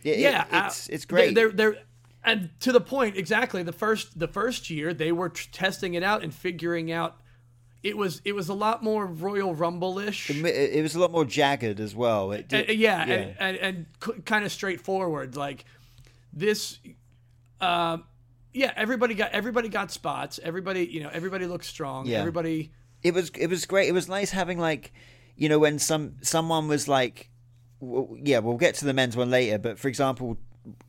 [SPEAKER 2] yeah, it-
[SPEAKER 1] yeah, uh,
[SPEAKER 2] it's it's great.
[SPEAKER 1] They're, they're and to the point exactly. The first the first year they were t- testing it out and figuring out. It was it was a lot more Royal Rumble ish.
[SPEAKER 2] it it was a lot more jagged as well. It did,
[SPEAKER 1] Uh, yeah,
[SPEAKER 2] yeah.
[SPEAKER 1] and, and, and c- kind of straightforward. Like this, um, yeah. Everybody got everybody got spots. Everybody, you know, everybody looked strong.
[SPEAKER 2] Yeah.
[SPEAKER 1] Everybody,
[SPEAKER 2] it was it was great. It was nice having like, you know, when some someone was like, w yeah, we'll get to the men's one later. But for example,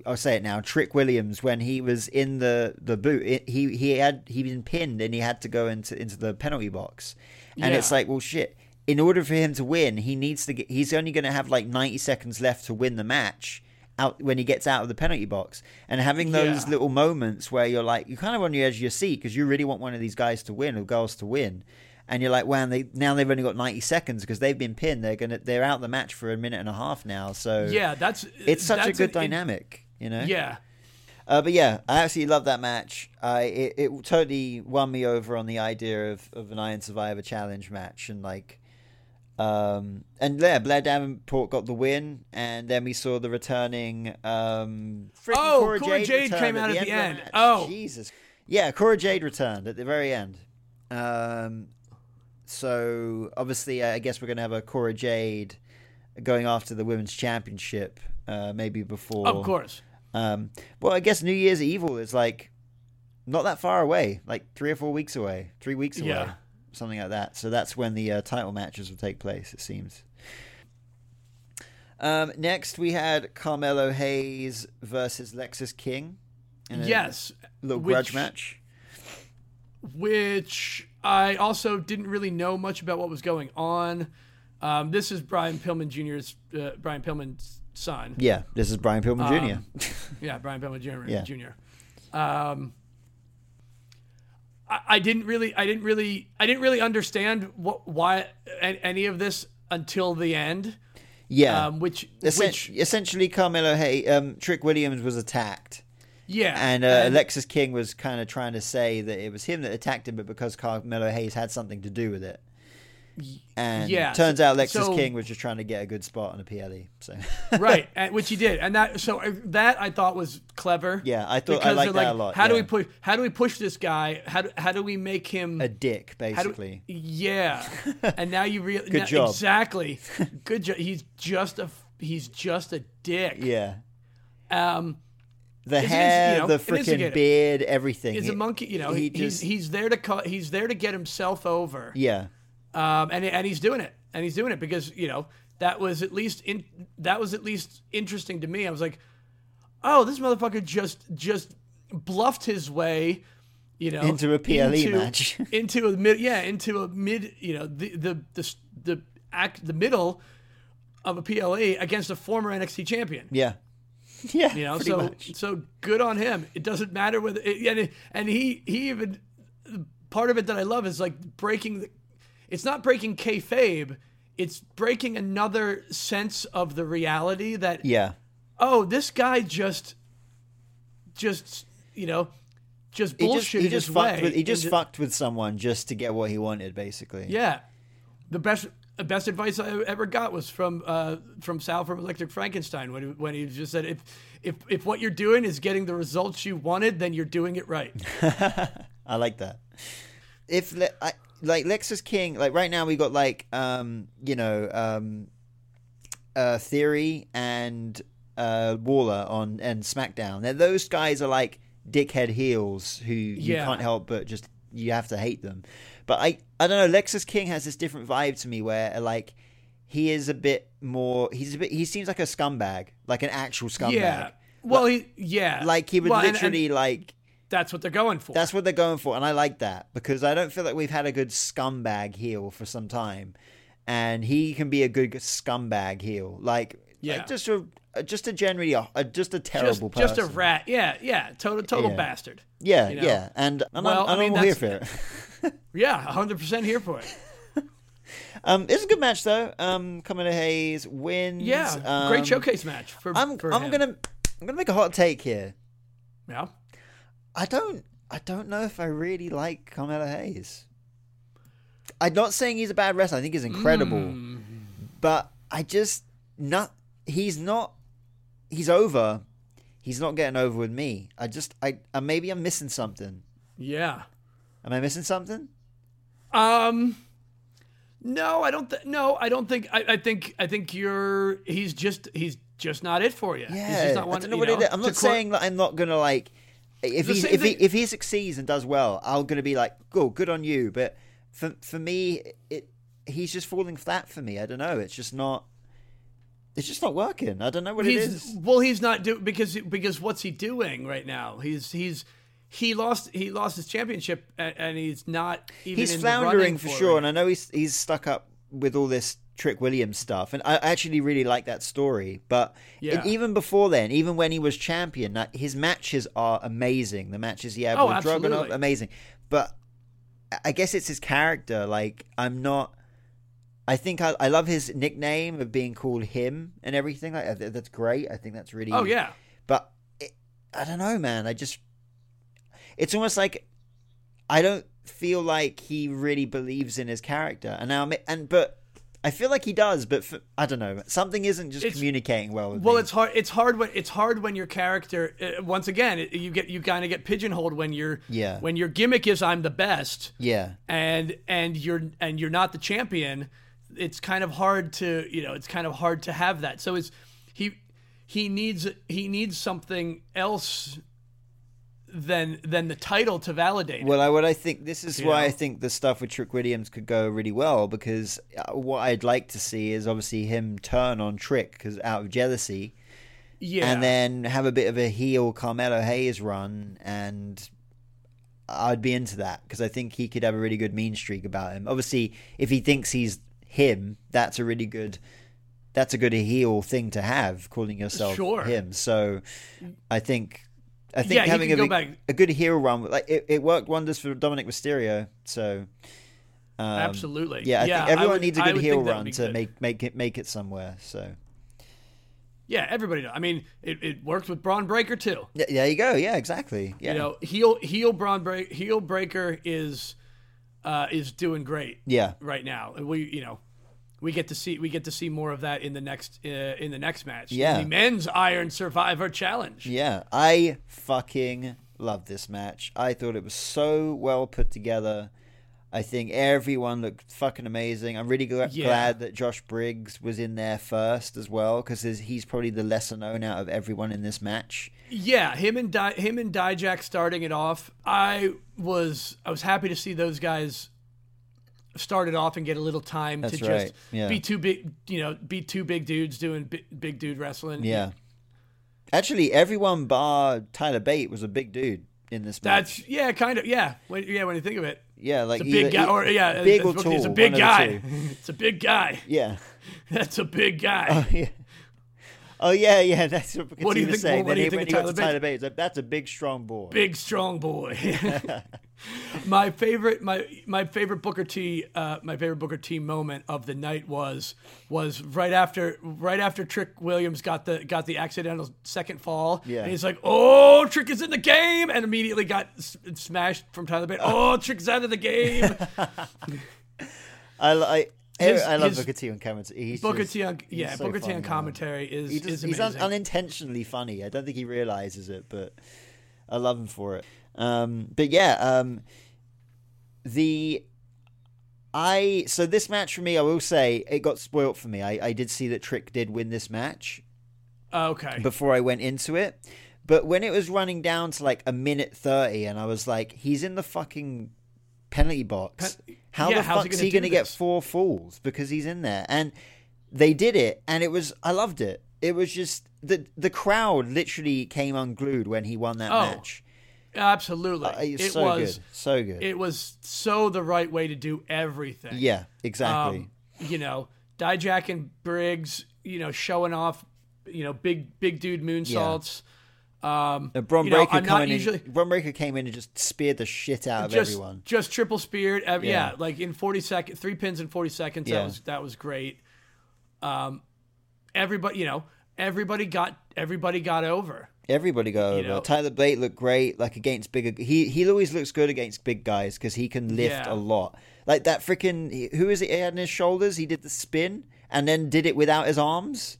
[SPEAKER 2] I'll say it now. Trick Williams, when he was in the the boot, it, he he had he been pinned and he had to go into into the penalty box, and
[SPEAKER 1] Yeah.
[SPEAKER 2] it's like, well, shit. In order for him to win, he needs to get. He's only going to have like ninety seconds left to win the match. Out when he gets out of the penalty box, and having those
[SPEAKER 1] Yeah.
[SPEAKER 2] little moments where you're like, you're kind of on the edge of your seat because you really want one of these guys to win or girls to win, and you're like, wow, they now they've only got 90 seconds because they've been pinned. They're gonna they're out the match for a minute and a half now. So
[SPEAKER 1] yeah. That's
[SPEAKER 2] it's such a
[SPEAKER 1] that's
[SPEAKER 2] good
[SPEAKER 1] an- it-
[SPEAKER 2] dynamic, you know.
[SPEAKER 1] Yeah.
[SPEAKER 2] Uh, but yeah, I absolutely love that match. I it, it totally won me over on the idea of, of an Iron Survivor Challenge match and like, um, and yeah, Blair Davenport got the win, and then we saw the returning. Um, freaking
[SPEAKER 1] Oh, Cora Jade
[SPEAKER 2] return
[SPEAKER 1] came out at the
[SPEAKER 2] of
[SPEAKER 1] end.
[SPEAKER 2] match.
[SPEAKER 1] Oh.
[SPEAKER 2] Jesus, yeah, Cora Jade returned at the very end. Um, so obviously, I guess we're gonna have a Cora Jade going after the women's championship, uh, maybe before.
[SPEAKER 1] Of course.
[SPEAKER 2] Um, well, I guess New Year's Evil is like not that far away, like three or four weeks away, three weeks away,
[SPEAKER 1] Yeah.
[SPEAKER 2] something like that. So that's when the uh, title matches will take place, it seems. Um, next, we had Carmelo Hayes versus Lexus King. in a
[SPEAKER 1] Yes.
[SPEAKER 2] little
[SPEAKER 1] which-
[SPEAKER 2] grudge match.
[SPEAKER 1] Which I also didn't really know much about what was going on. Um, this is Brian Pillman Jr.'s uh, Brian Pillman's son. um,
[SPEAKER 2] *laughs* Yeah, this is Brian Pillman Jr.
[SPEAKER 1] Yeah, Brian Pillman Jr.
[SPEAKER 2] Yeah.
[SPEAKER 1] Jr. Um, I, I didn't really, I didn't really, I didn't really understand what, why a- any of this until the end.
[SPEAKER 3] Yeah.
[SPEAKER 1] Um, which,
[SPEAKER 2] Essen-
[SPEAKER 1] which,
[SPEAKER 2] essentially, Carmelo, hey, um, Trick Williams was attacked,
[SPEAKER 1] yeah,
[SPEAKER 2] and, uh, Alexis King was kind of trying to say that it was him that attacked him, but because Carmelo Hayes had something to do with it. And
[SPEAKER 1] yeah,
[SPEAKER 2] turns out Alexis
[SPEAKER 1] so-
[SPEAKER 2] King was just trying to get a good spot on a PLE. E, So *laughs*
[SPEAKER 1] right, and, which he did, and that so uh, that I thought was clever.
[SPEAKER 2] Yeah, I thought- I
[SPEAKER 1] because
[SPEAKER 2] liked
[SPEAKER 1] they're
[SPEAKER 2] that a lot,
[SPEAKER 1] How do
[SPEAKER 2] yeah.
[SPEAKER 1] we push? How do we push this guy? How do, how do we make him
[SPEAKER 2] a dick,
[SPEAKER 1] how do-
[SPEAKER 2] basically. *laughs*
[SPEAKER 1] yeah, and now you real
[SPEAKER 2] Good
[SPEAKER 1] now-
[SPEAKER 2] job.
[SPEAKER 1] Exactly.
[SPEAKER 2] *laughs*
[SPEAKER 1] Good job. He's just a f- he's just a dick.
[SPEAKER 2] yeah,
[SPEAKER 1] Um,
[SPEAKER 2] the
[SPEAKER 1] is, you
[SPEAKER 2] hair,
[SPEAKER 1] know,
[SPEAKER 2] the
[SPEAKER 1] it is a
[SPEAKER 2] freaking
[SPEAKER 1] good-
[SPEAKER 2] beard, everything.
[SPEAKER 1] he's
[SPEAKER 2] It-
[SPEAKER 1] a monkey. You know,
[SPEAKER 2] he
[SPEAKER 1] he,
[SPEAKER 2] just-
[SPEAKER 1] he's he's there to cut. He's there to get himself over.
[SPEAKER 2] Yeah,
[SPEAKER 1] Um, and and he's doing it. And he's doing it because you know that was at least in that was at least interesting to me. I was like, oh, this motherfucker just just bluffed his way. You know,
[SPEAKER 2] Into a PLE match.
[SPEAKER 1] *laughs* into a mid, yeah, into a mid, you know, the the the the act, the middle of a PLE against a former NXT champion.
[SPEAKER 2] yeah, *laughs* yeah.
[SPEAKER 1] You know,
[SPEAKER 2] pretty
[SPEAKER 1] so
[SPEAKER 2] much.
[SPEAKER 1] so good on him. It doesn't matter whether it, and it- and he he even part of it that I love is like breaking the. It's not breaking kayfabe. It's breaking another sense of the reality that
[SPEAKER 2] yeah,
[SPEAKER 1] oh this guy just just you know just
[SPEAKER 2] he just,
[SPEAKER 1] bullshit
[SPEAKER 2] he just
[SPEAKER 1] his
[SPEAKER 2] fucked
[SPEAKER 1] way
[SPEAKER 2] with he just
[SPEAKER 1] into-
[SPEAKER 2] fucked with someone just to get what he wanted, basically.
[SPEAKER 1] Yeah, the best the best advice I ever got was from uh, from Sal from Electric Frankenstein when he, when he just said if if if what you're doing is getting the results you wanted, then you're doing it right.
[SPEAKER 2] I like that. If Le- I, like Lexus King, like right now we got like um you know um uh Theory and uh Waller on and SmackDown. Now those guys are like dickhead heels who you
[SPEAKER 1] Yeah.
[SPEAKER 2] can't help but just you have to hate them. But I I don't know. Lexus King has this different vibe to me where like he is a bit more. He's a bit. He seems like a scumbag, like an actual scumbag.
[SPEAKER 1] yeah. Well, he yeah.
[SPEAKER 2] Like he would
[SPEAKER 1] Well, and- and
[SPEAKER 2] literally like
[SPEAKER 1] that's what they're going for.
[SPEAKER 2] that's what they're going for, and I like that because I don't feel like we've had a good scumbag heel for some time, and he can be a good scumbag heel, like
[SPEAKER 1] Yeah.
[SPEAKER 2] like just a uh, just a generally a, a- just a
[SPEAKER 1] just,
[SPEAKER 2] terrible
[SPEAKER 1] just
[SPEAKER 2] person,
[SPEAKER 1] a rat. Yeah, yeah. Total total
[SPEAKER 2] Yeah.
[SPEAKER 1] bastard.
[SPEAKER 2] Yeah,
[SPEAKER 1] you know?
[SPEAKER 2] yeah, and, and
[SPEAKER 1] Well,
[SPEAKER 2] I'm, and
[SPEAKER 1] I mean,
[SPEAKER 2] I'm all here for it.
[SPEAKER 1] that's- Yeah, 100% here for it.
[SPEAKER 2] um, it's a good match though. Um, Kamala Hayes wins.
[SPEAKER 1] Yeah.
[SPEAKER 2] um,
[SPEAKER 1] great showcase match for
[SPEAKER 2] I'm
[SPEAKER 1] for
[SPEAKER 2] I'm
[SPEAKER 1] him.
[SPEAKER 2] gonna I'm gonna make a hot take here.
[SPEAKER 1] Yeah.
[SPEAKER 2] I don't I don't know if I really like Carmelo Hayes. I'm not saying he's a bad wrestler. I think he's incredible, but I just not he's not he's over. He's not getting over with me. I just I, I maybe I'm missing something.
[SPEAKER 1] Yeah.
[SPEAKER 2] Am I missing something?
[SPEAKER 1] Um, no, I don't. Th- no, I don't think. I, I think. I think you're. He's just. He's just not it for you. He's
[SPEAKER 2] Yeah,
[SPEAKER 1] just not
[SPEAKER 2] I
[SPEAKER 1] one,
[SPEAKER 2] don't know
[SPEAKER 1] you
[SPEAKER 2] what it
[SPEAKER 1] know,
[SPEAKER 2] is. I'm
[SPEAKER 1] to
[SPEAKER 2] not
[SPEAKER 1] quote-
[SPEAKER 2] saying that I'm not gonna like if
[SPEAKER 1] The
[SPEAKER 2] he
[SPEAKER 1] same
[SPEAKER 2] if he
[SPEAKER 1] thing-
[SPEAKER 2] if he succeeds and does well, I'm gonna be like, cool, good on you. But for for me, it he's just falling flat for me. I don't know. It's just not. It's just not working. I don't know what it
[SPEAKER 1] He's,
[SPEAKER 2] is.
[SPEAKER 1] well, he's not doing because because what's he doing right now? He's he's he lost he lost his championship and, and he's not even
[SPEAKER 2] He's
[SPEAKER 1] in the
[SPEAKER 2] floundering
[SPEAKER 1] running
[SPEAKER 2] for
[SPEAKER 1] it.
[SPEAKER 2] sure, and I know he's he's stuck up with all this Trick Williams stuff. And I actually really like that story. But
[SPEAKER 1] Yeah.
[SPEAKER 2] and even before then, even when he was champion, like, his matches are amazing. The matches he had
[SPEAKER 1] Oh,
[SPEAKER 2] with Dragunov,
[SPEAKER 1] absolutely.
[SPEAKER 2] amazing. But I- I guess it's his character. Like I'm not. I think I, I love his nickname of being called him and everything. Like I th- that's great. I think that's really.
[SPEAKER 1] Oh yeah,
[SPEAKER 2] But it, I don't know, man. I just. It's almost like I don't feel like he really believes in his character. And now, I'm, and but I feel like he does. But for, I don't know. Something isn't just
[SPEAKER 1] It's-
[SPEAKER 2] communicating well with
[SPEAKER 1] Well,
[SPEAKER 2] me.
[SPEAKER 1] it's hard. It's hard when it's hard when your character. Uh, once again, it, you get you kind of get pigeonholed when you're
[SPEAKER 2] Yeah.
[SPEAKER 1] when your gimmick is I'm the best.
[SPEAKER 2] yeah,
[SPEAKER 1] and and you're and you're not the champion it's kind of hard to you know it's kind of hard to have that so it's he he needs he needs something else than than the title to validate it.
[SPEAKER 2] Well, I what I think this is why
[SPEAKER 1] know?
[SPEAKER 2] I think the stuff with Trick Williams could go really well because uh, what I'd like to see is obviously him turn on Trick because out of jealousy,
[SPEAKER 1] yeah
[SPEAKER 2] and then have a bit of a heel Carmelo Hayes run, and I'd be into that because I think he could have a really good mean streak about him. Obviously, if he thinks he's him, that's a really good. That's a good heel thing to have, calling yourself
[SPEAKER 1] Sure.
[SPEAKER 2] him. So, I think I think
[SPEAKER 1] Yeah, he
[SPEAKER 2] having
[SPEAKER 1] can
[SPEAKER 2] a,
[SPEAKER 1] go back.
[SPEAKER 2] a good hero run, like it, it worked wonders for Dominic Mysterio. So, um,
[SPEAKER 1] Absolutely.
[SPEAKER 2] yeah, I
[SPEAKER 1] Yeah,
[SPEAKER 2] think
[SPEAKER 1] I
[SPEAKER 2] everyone
[SPEAKER 1] would-
[SPEAKER 2] needs a
[SPEAKER 1] I
[SPEAKER 2] good
[SPEAKER 1] would
[SPEAKER 2] heel
[SPEAKER 1] think that would
[SPEAKER 2] run
[SPEAKER 1] be
[SPEAKER 2] to
[SPEAKER 1] good.
[SPEAKER 2] make make it make it somewhere. So,
[SPEAKER 1] Yeah, everybody. Knows. I mean, it, it worked with Braun Breaker too.
[SPEAKER 2] yeah, there you go. Yeah, exactly. Yeah,
[SPEAKER 1] You know, heel heel Braun Break heel Breaker is uh, is doing great
[SPEAKER 2] yeah,
[SPEAKER 1] right now. And We you know we get to see we get to see more of that in the next uh, in the next match.
[SPEAKER 2] Yeah.
[SPEAKER 1] the men's Iron Survivor Challenge.
[SPEAKER 2] yeah. I fucking love this match. I thought it was so well put together. I think everyone looked fucking amazing. I'm really gl-
[SPEAKER 1] Yeah.
[SPEAKER 2] glad that Josh Briggs was in there first as well because he's probably the lesser known out of everyone in this match.
[SPEAKER 1] Yeah, him and Di- him and Dijak starting it off. I was I was happy to see those guys start it off and get a little time to
[SPEAKER 2] That's
[SPEAKER 1] just
[SPEAKER 2] right, yeah.
[SPEAKER 1] be two big you know be two big dudes doing bi- big dude wrestling.
[SPEAKER 2] Yeah. Actually, everyone bar Tyler Bate was a big dude in this match.
[SPEAKER 1] that's yeah, kind of yeah. When, yeah, when you think of it,
[SPEAKER 2] yeah, like
[SPEAKER 1] it's a
[SPEAKER 2] either- e-,
[SPEAKER 1] big guy. Or yeah, it's,
[SPEAKER 2] big or tall.
[SPEAKER 1] it's a
[SPEAKER 2] one
[SPEAKER 1] big
[SPEAKER 2] of the
[SPEAKER 1] guy.
[SPEAKER 2] two.
[SPEAKER 1] *laughs* It's a big guy. *laughs*
[SPEAKER 2] Yeah. *laughs*
[SPEAKER 1] That's a big guy.
[SPEAKER 2] Oh yeah. Oh yeah, yeah. That's what,
[SPEAKER 1] What do you
[SPEAKER 2] Katina was
[SPEAKER 1] think-
[SPEAKER 2] saying.
[SPEAKER 1] what
[SPEAKER 2] Then
[SPEAKER 1] do you
[SPEAKER 2] he,
[SPEAKER 1] think
[SPEAKER 2] when
[SPEAKER 1] of
[SPEAKER 2] he got
[SPEAKER 1] Tyler
[SPEAKER 2] to
[SPEAKER 1] Bate?
[SPEAKER 2] Tyler Bate, he's like, that's a big, strong boy.
[SPEAKER 1] big strong boy. *laughs* my favorite my my favorite Booker T uh, my favorite Booker T moment of the night was was right after right after Trick Williams got the got the accidental second fall.
[SPEAKER 2] Yeah.
[SPEAKER 1] And he's like, "Oh, Trick is in the game," and immediately got s- smashed from Tyler
[SPEAKER 2] *laughs*
[SPEAKER 1] Bate. Oh, Trick's out of the game.
[SPEAKER 2] I, li- I,
[SPEAKER 1] His-
[SPEAKER 2] I love
[SPEAKER 1] his-
[SPEAKER 2] Booker T on commentary. He's
[SPEAKER 1] Booker
[SPEAKER 2] just-
[SPEAKER 1] T on
[SPEAKER 2] he's
[SPEAKER 1] yeah
[SPEAKER 2] so
[SPEAKER 1] Booker T
[SPEAKER 2] funny,
[SPEAKER 1] on
[SPEAKER 2] man.
[SPEAKER 1] commentary is
[SPEAKER 2] He just,
[SPEAKER 1] is
[SPEAKER 2] he's
[SPEAKER 1] amazing.
[SPEAKER 2] un- unintentionally funny. I don't think he realizes it, but I love him for it. Um, but yeah, um, the I so this match for me, I will say it got spoilt for me. I, I did see that Trick did win this match
[SPEAKER 1] Uh, okay.
[SPEAKER 2] before I went into it, but when it was running down to like a minute thirty, and I was like, he's in the fucking penalty box. How
[SPEAKER 1] yeah,
[SPEAKER 2] the
[SPEAKER 1] how's he
[SPEAKER 2] fuck's
[SPEAKER 1] gonna
[SPEAKER 2] he
[SPEAKER 1] do
[SPEAKER 2] going to get
[SPEAKER 1] this?
[SPEAKER 2] four falls because he's in there? And they did it, and it was I loved it. It was just the the crowd literally came unglued when he won that
[SPEAKER 1] Oh,
[SPEAKER 2] match.
[SPEAKER 1] Absolutely.
[SPEAKER 2] Uh, It's
[SPEAKER 1] it
[SPEAKER 2] so
[SPEAKER 1] was
[SPEAKER 2] good, so good.
[SPEAKER 1] it was so the right way to do everything.
[SPEAKER 2] yeah, exactly.
[SPEAKER 1] um, you know, Dijak and Briggs, you know, showing off, you know, big big dude moonsaults. Um,
[SPEAKER 2] and Uh, Bron
[SPEAKER 1] you know,
[SPEAKER 2] Breaker
[SPEAKER 1] I'm not
[SPEAKER 2] coming
[SPEAKER 1] usually
[SPEAKER 2] in. Bron Breaker came in and just speared the shit out of
[SPEAKER 1] just
[SPEAKER 2] everyone.
[SPEAKER 1] just triple speared. ev- yeah.
[SPEAKER 2] Yeah.
[SPEAKER 1] like in 40 seconds, three pins in 40 seconds. That
[SPEAKER 2] Yeah.
[SPEAKER 1] was that was great. Um, everybody, you know, everybody got everybody got over.
[SPEAKER 2] Everybody go over.
[SPEAKER 1] know-
[SPEAKER 2] Tyler Bate looked great, like against bigger. He he always looks good against big guys because he can lift
[SPEAKER 1] Yeah.
[SPEAKER 2] a lot. Like that freaking who is it? He had on his shoulders. He did the spin and then did it without his arms.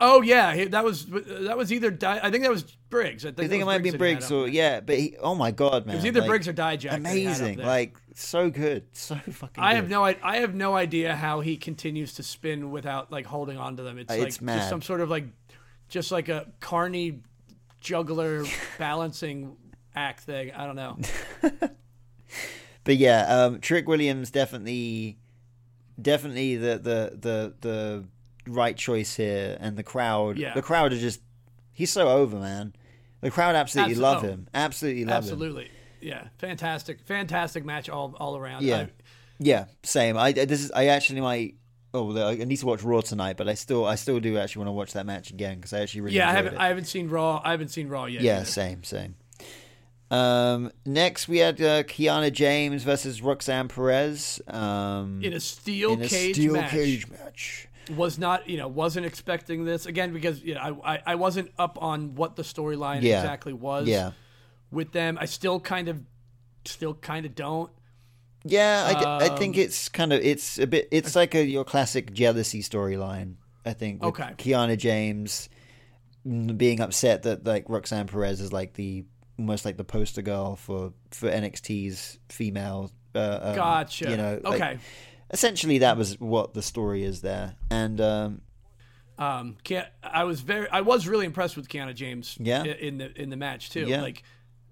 [SPEAKER 1] Oh yeah, he- that was that was either Di- I think that was Briggs. I think,
[SPEAKER 2] I think
[SPEAKER 1] that
[SPEAKER 2] it
[SPEAKER 1] was
[SPEAKER 2] might be
[SPEAKER 1] that had
[SPEAKER 2] Briggs
[SPEAKER 1] him.
[SPEAKER 2] or yeah, but he, oh my god, man!
[SPEAKER 1] it was either
[SPEAKER 2] like,
[SPEAKER 1] Briggs or *laughs* Dijak. that he had up
[SPEAKER 2] Amazing,
[SPEAKER 1] there.
[SPEAKER 2] like so good, so fucking.
[SPEAKER 1] I
[SPEAKER 2] good.
[SPEAKER 1] have no I, I have no idea how he continues to spin without like holding on to them. It's
[SPEAKER 2] Uh,
[SPEAKER 1] like
[SPEAKER 2] it's mad.
[SPEAKER 1] just some sort of like just like a carny
[SPEAKER 2] *laughs*
[SPEAKER 1] juggler balancing act thing. I don't know.
[SPEAKER 2] But yeah, um, Trick Williams definitely, definitely the the the the right choice here, and the crowd.
[SPEAKER 1] Yeah.
[SPEAKER 2] the crowd are just. He's so over, man. The crowd absolutely
[SPEAKER 1] Abso-
[SPEAKER 2] love
[SPEAKER 1] oh.
[SPEAKER 2] him. Absolutely love him.
[SPEAKER 1] Absolutely. Yeah. Fantastic. Fantastic match all all around.
[SPEAKER 2] Yeah.
[SPEAKER 1] I-
[SPEAKER 2] Yeah, same. I I- this is I actually might. Oh, I need to watch Raw tonight, but I still I still do actually want to watch that match again because I actually really
[SPEAKER 1] yeah, I
[SPEAKER 2] enjoyed
[SPEAKER 1] haven't
[SPEAKER 2] it.
[SPEAKER 1] I haven't seen Raw. I haven't seen Raw yet.
[SPEAKER 2] Yeah, same, same. Um, next we had uh, Kiana James versus Roxanne Perez. Um,
[SPEAKER 1] In a steel
[SPEAKER 2] in a
[SPEAKER 1] cage
[SPEAKER 2] steel
[SPEAKER 1] match.
[SPEAKER 2] cage match.
[SPEAKER 1] was not you know wasn't expecting this again because you know I I, I wasn't up on what the storyline
[SPEAKER 2] Yeah.
[SPEAKER 1] exactly was
[SPEAKER 2] Yeah,
[SPEAKER 1] with them. I still kind of still kind of don't.
[SPEAKER 2] yeah. I, I
[SPEAKER 1] Um,
[SPEAKER 2] think it's kind of it's a bit it's like a your classic jealousy storyline. I think. with
[SPEAKER 1] Okay.
[SPEAKER 2] Kiana James being upset that like Roxanne Perez is like the almost like the poster girl for for NXT's female. Uh, um,
[SPEAKER 1] Gotcha.
[SPEAKER 2] You know. like,
[SPEAKER 1] okay.
[SPEAKER 2] essentially, that was what the story is there, and um,
[SPEAKER 1] Um, Ke- I was very, I was really impressed with Keanu James.
[SPEAKER 2] Yeah.
[SPEAKER 1] i- In the in the match too.
[SPEAKER 2] Yeah.
[SPEAKER 1] Like,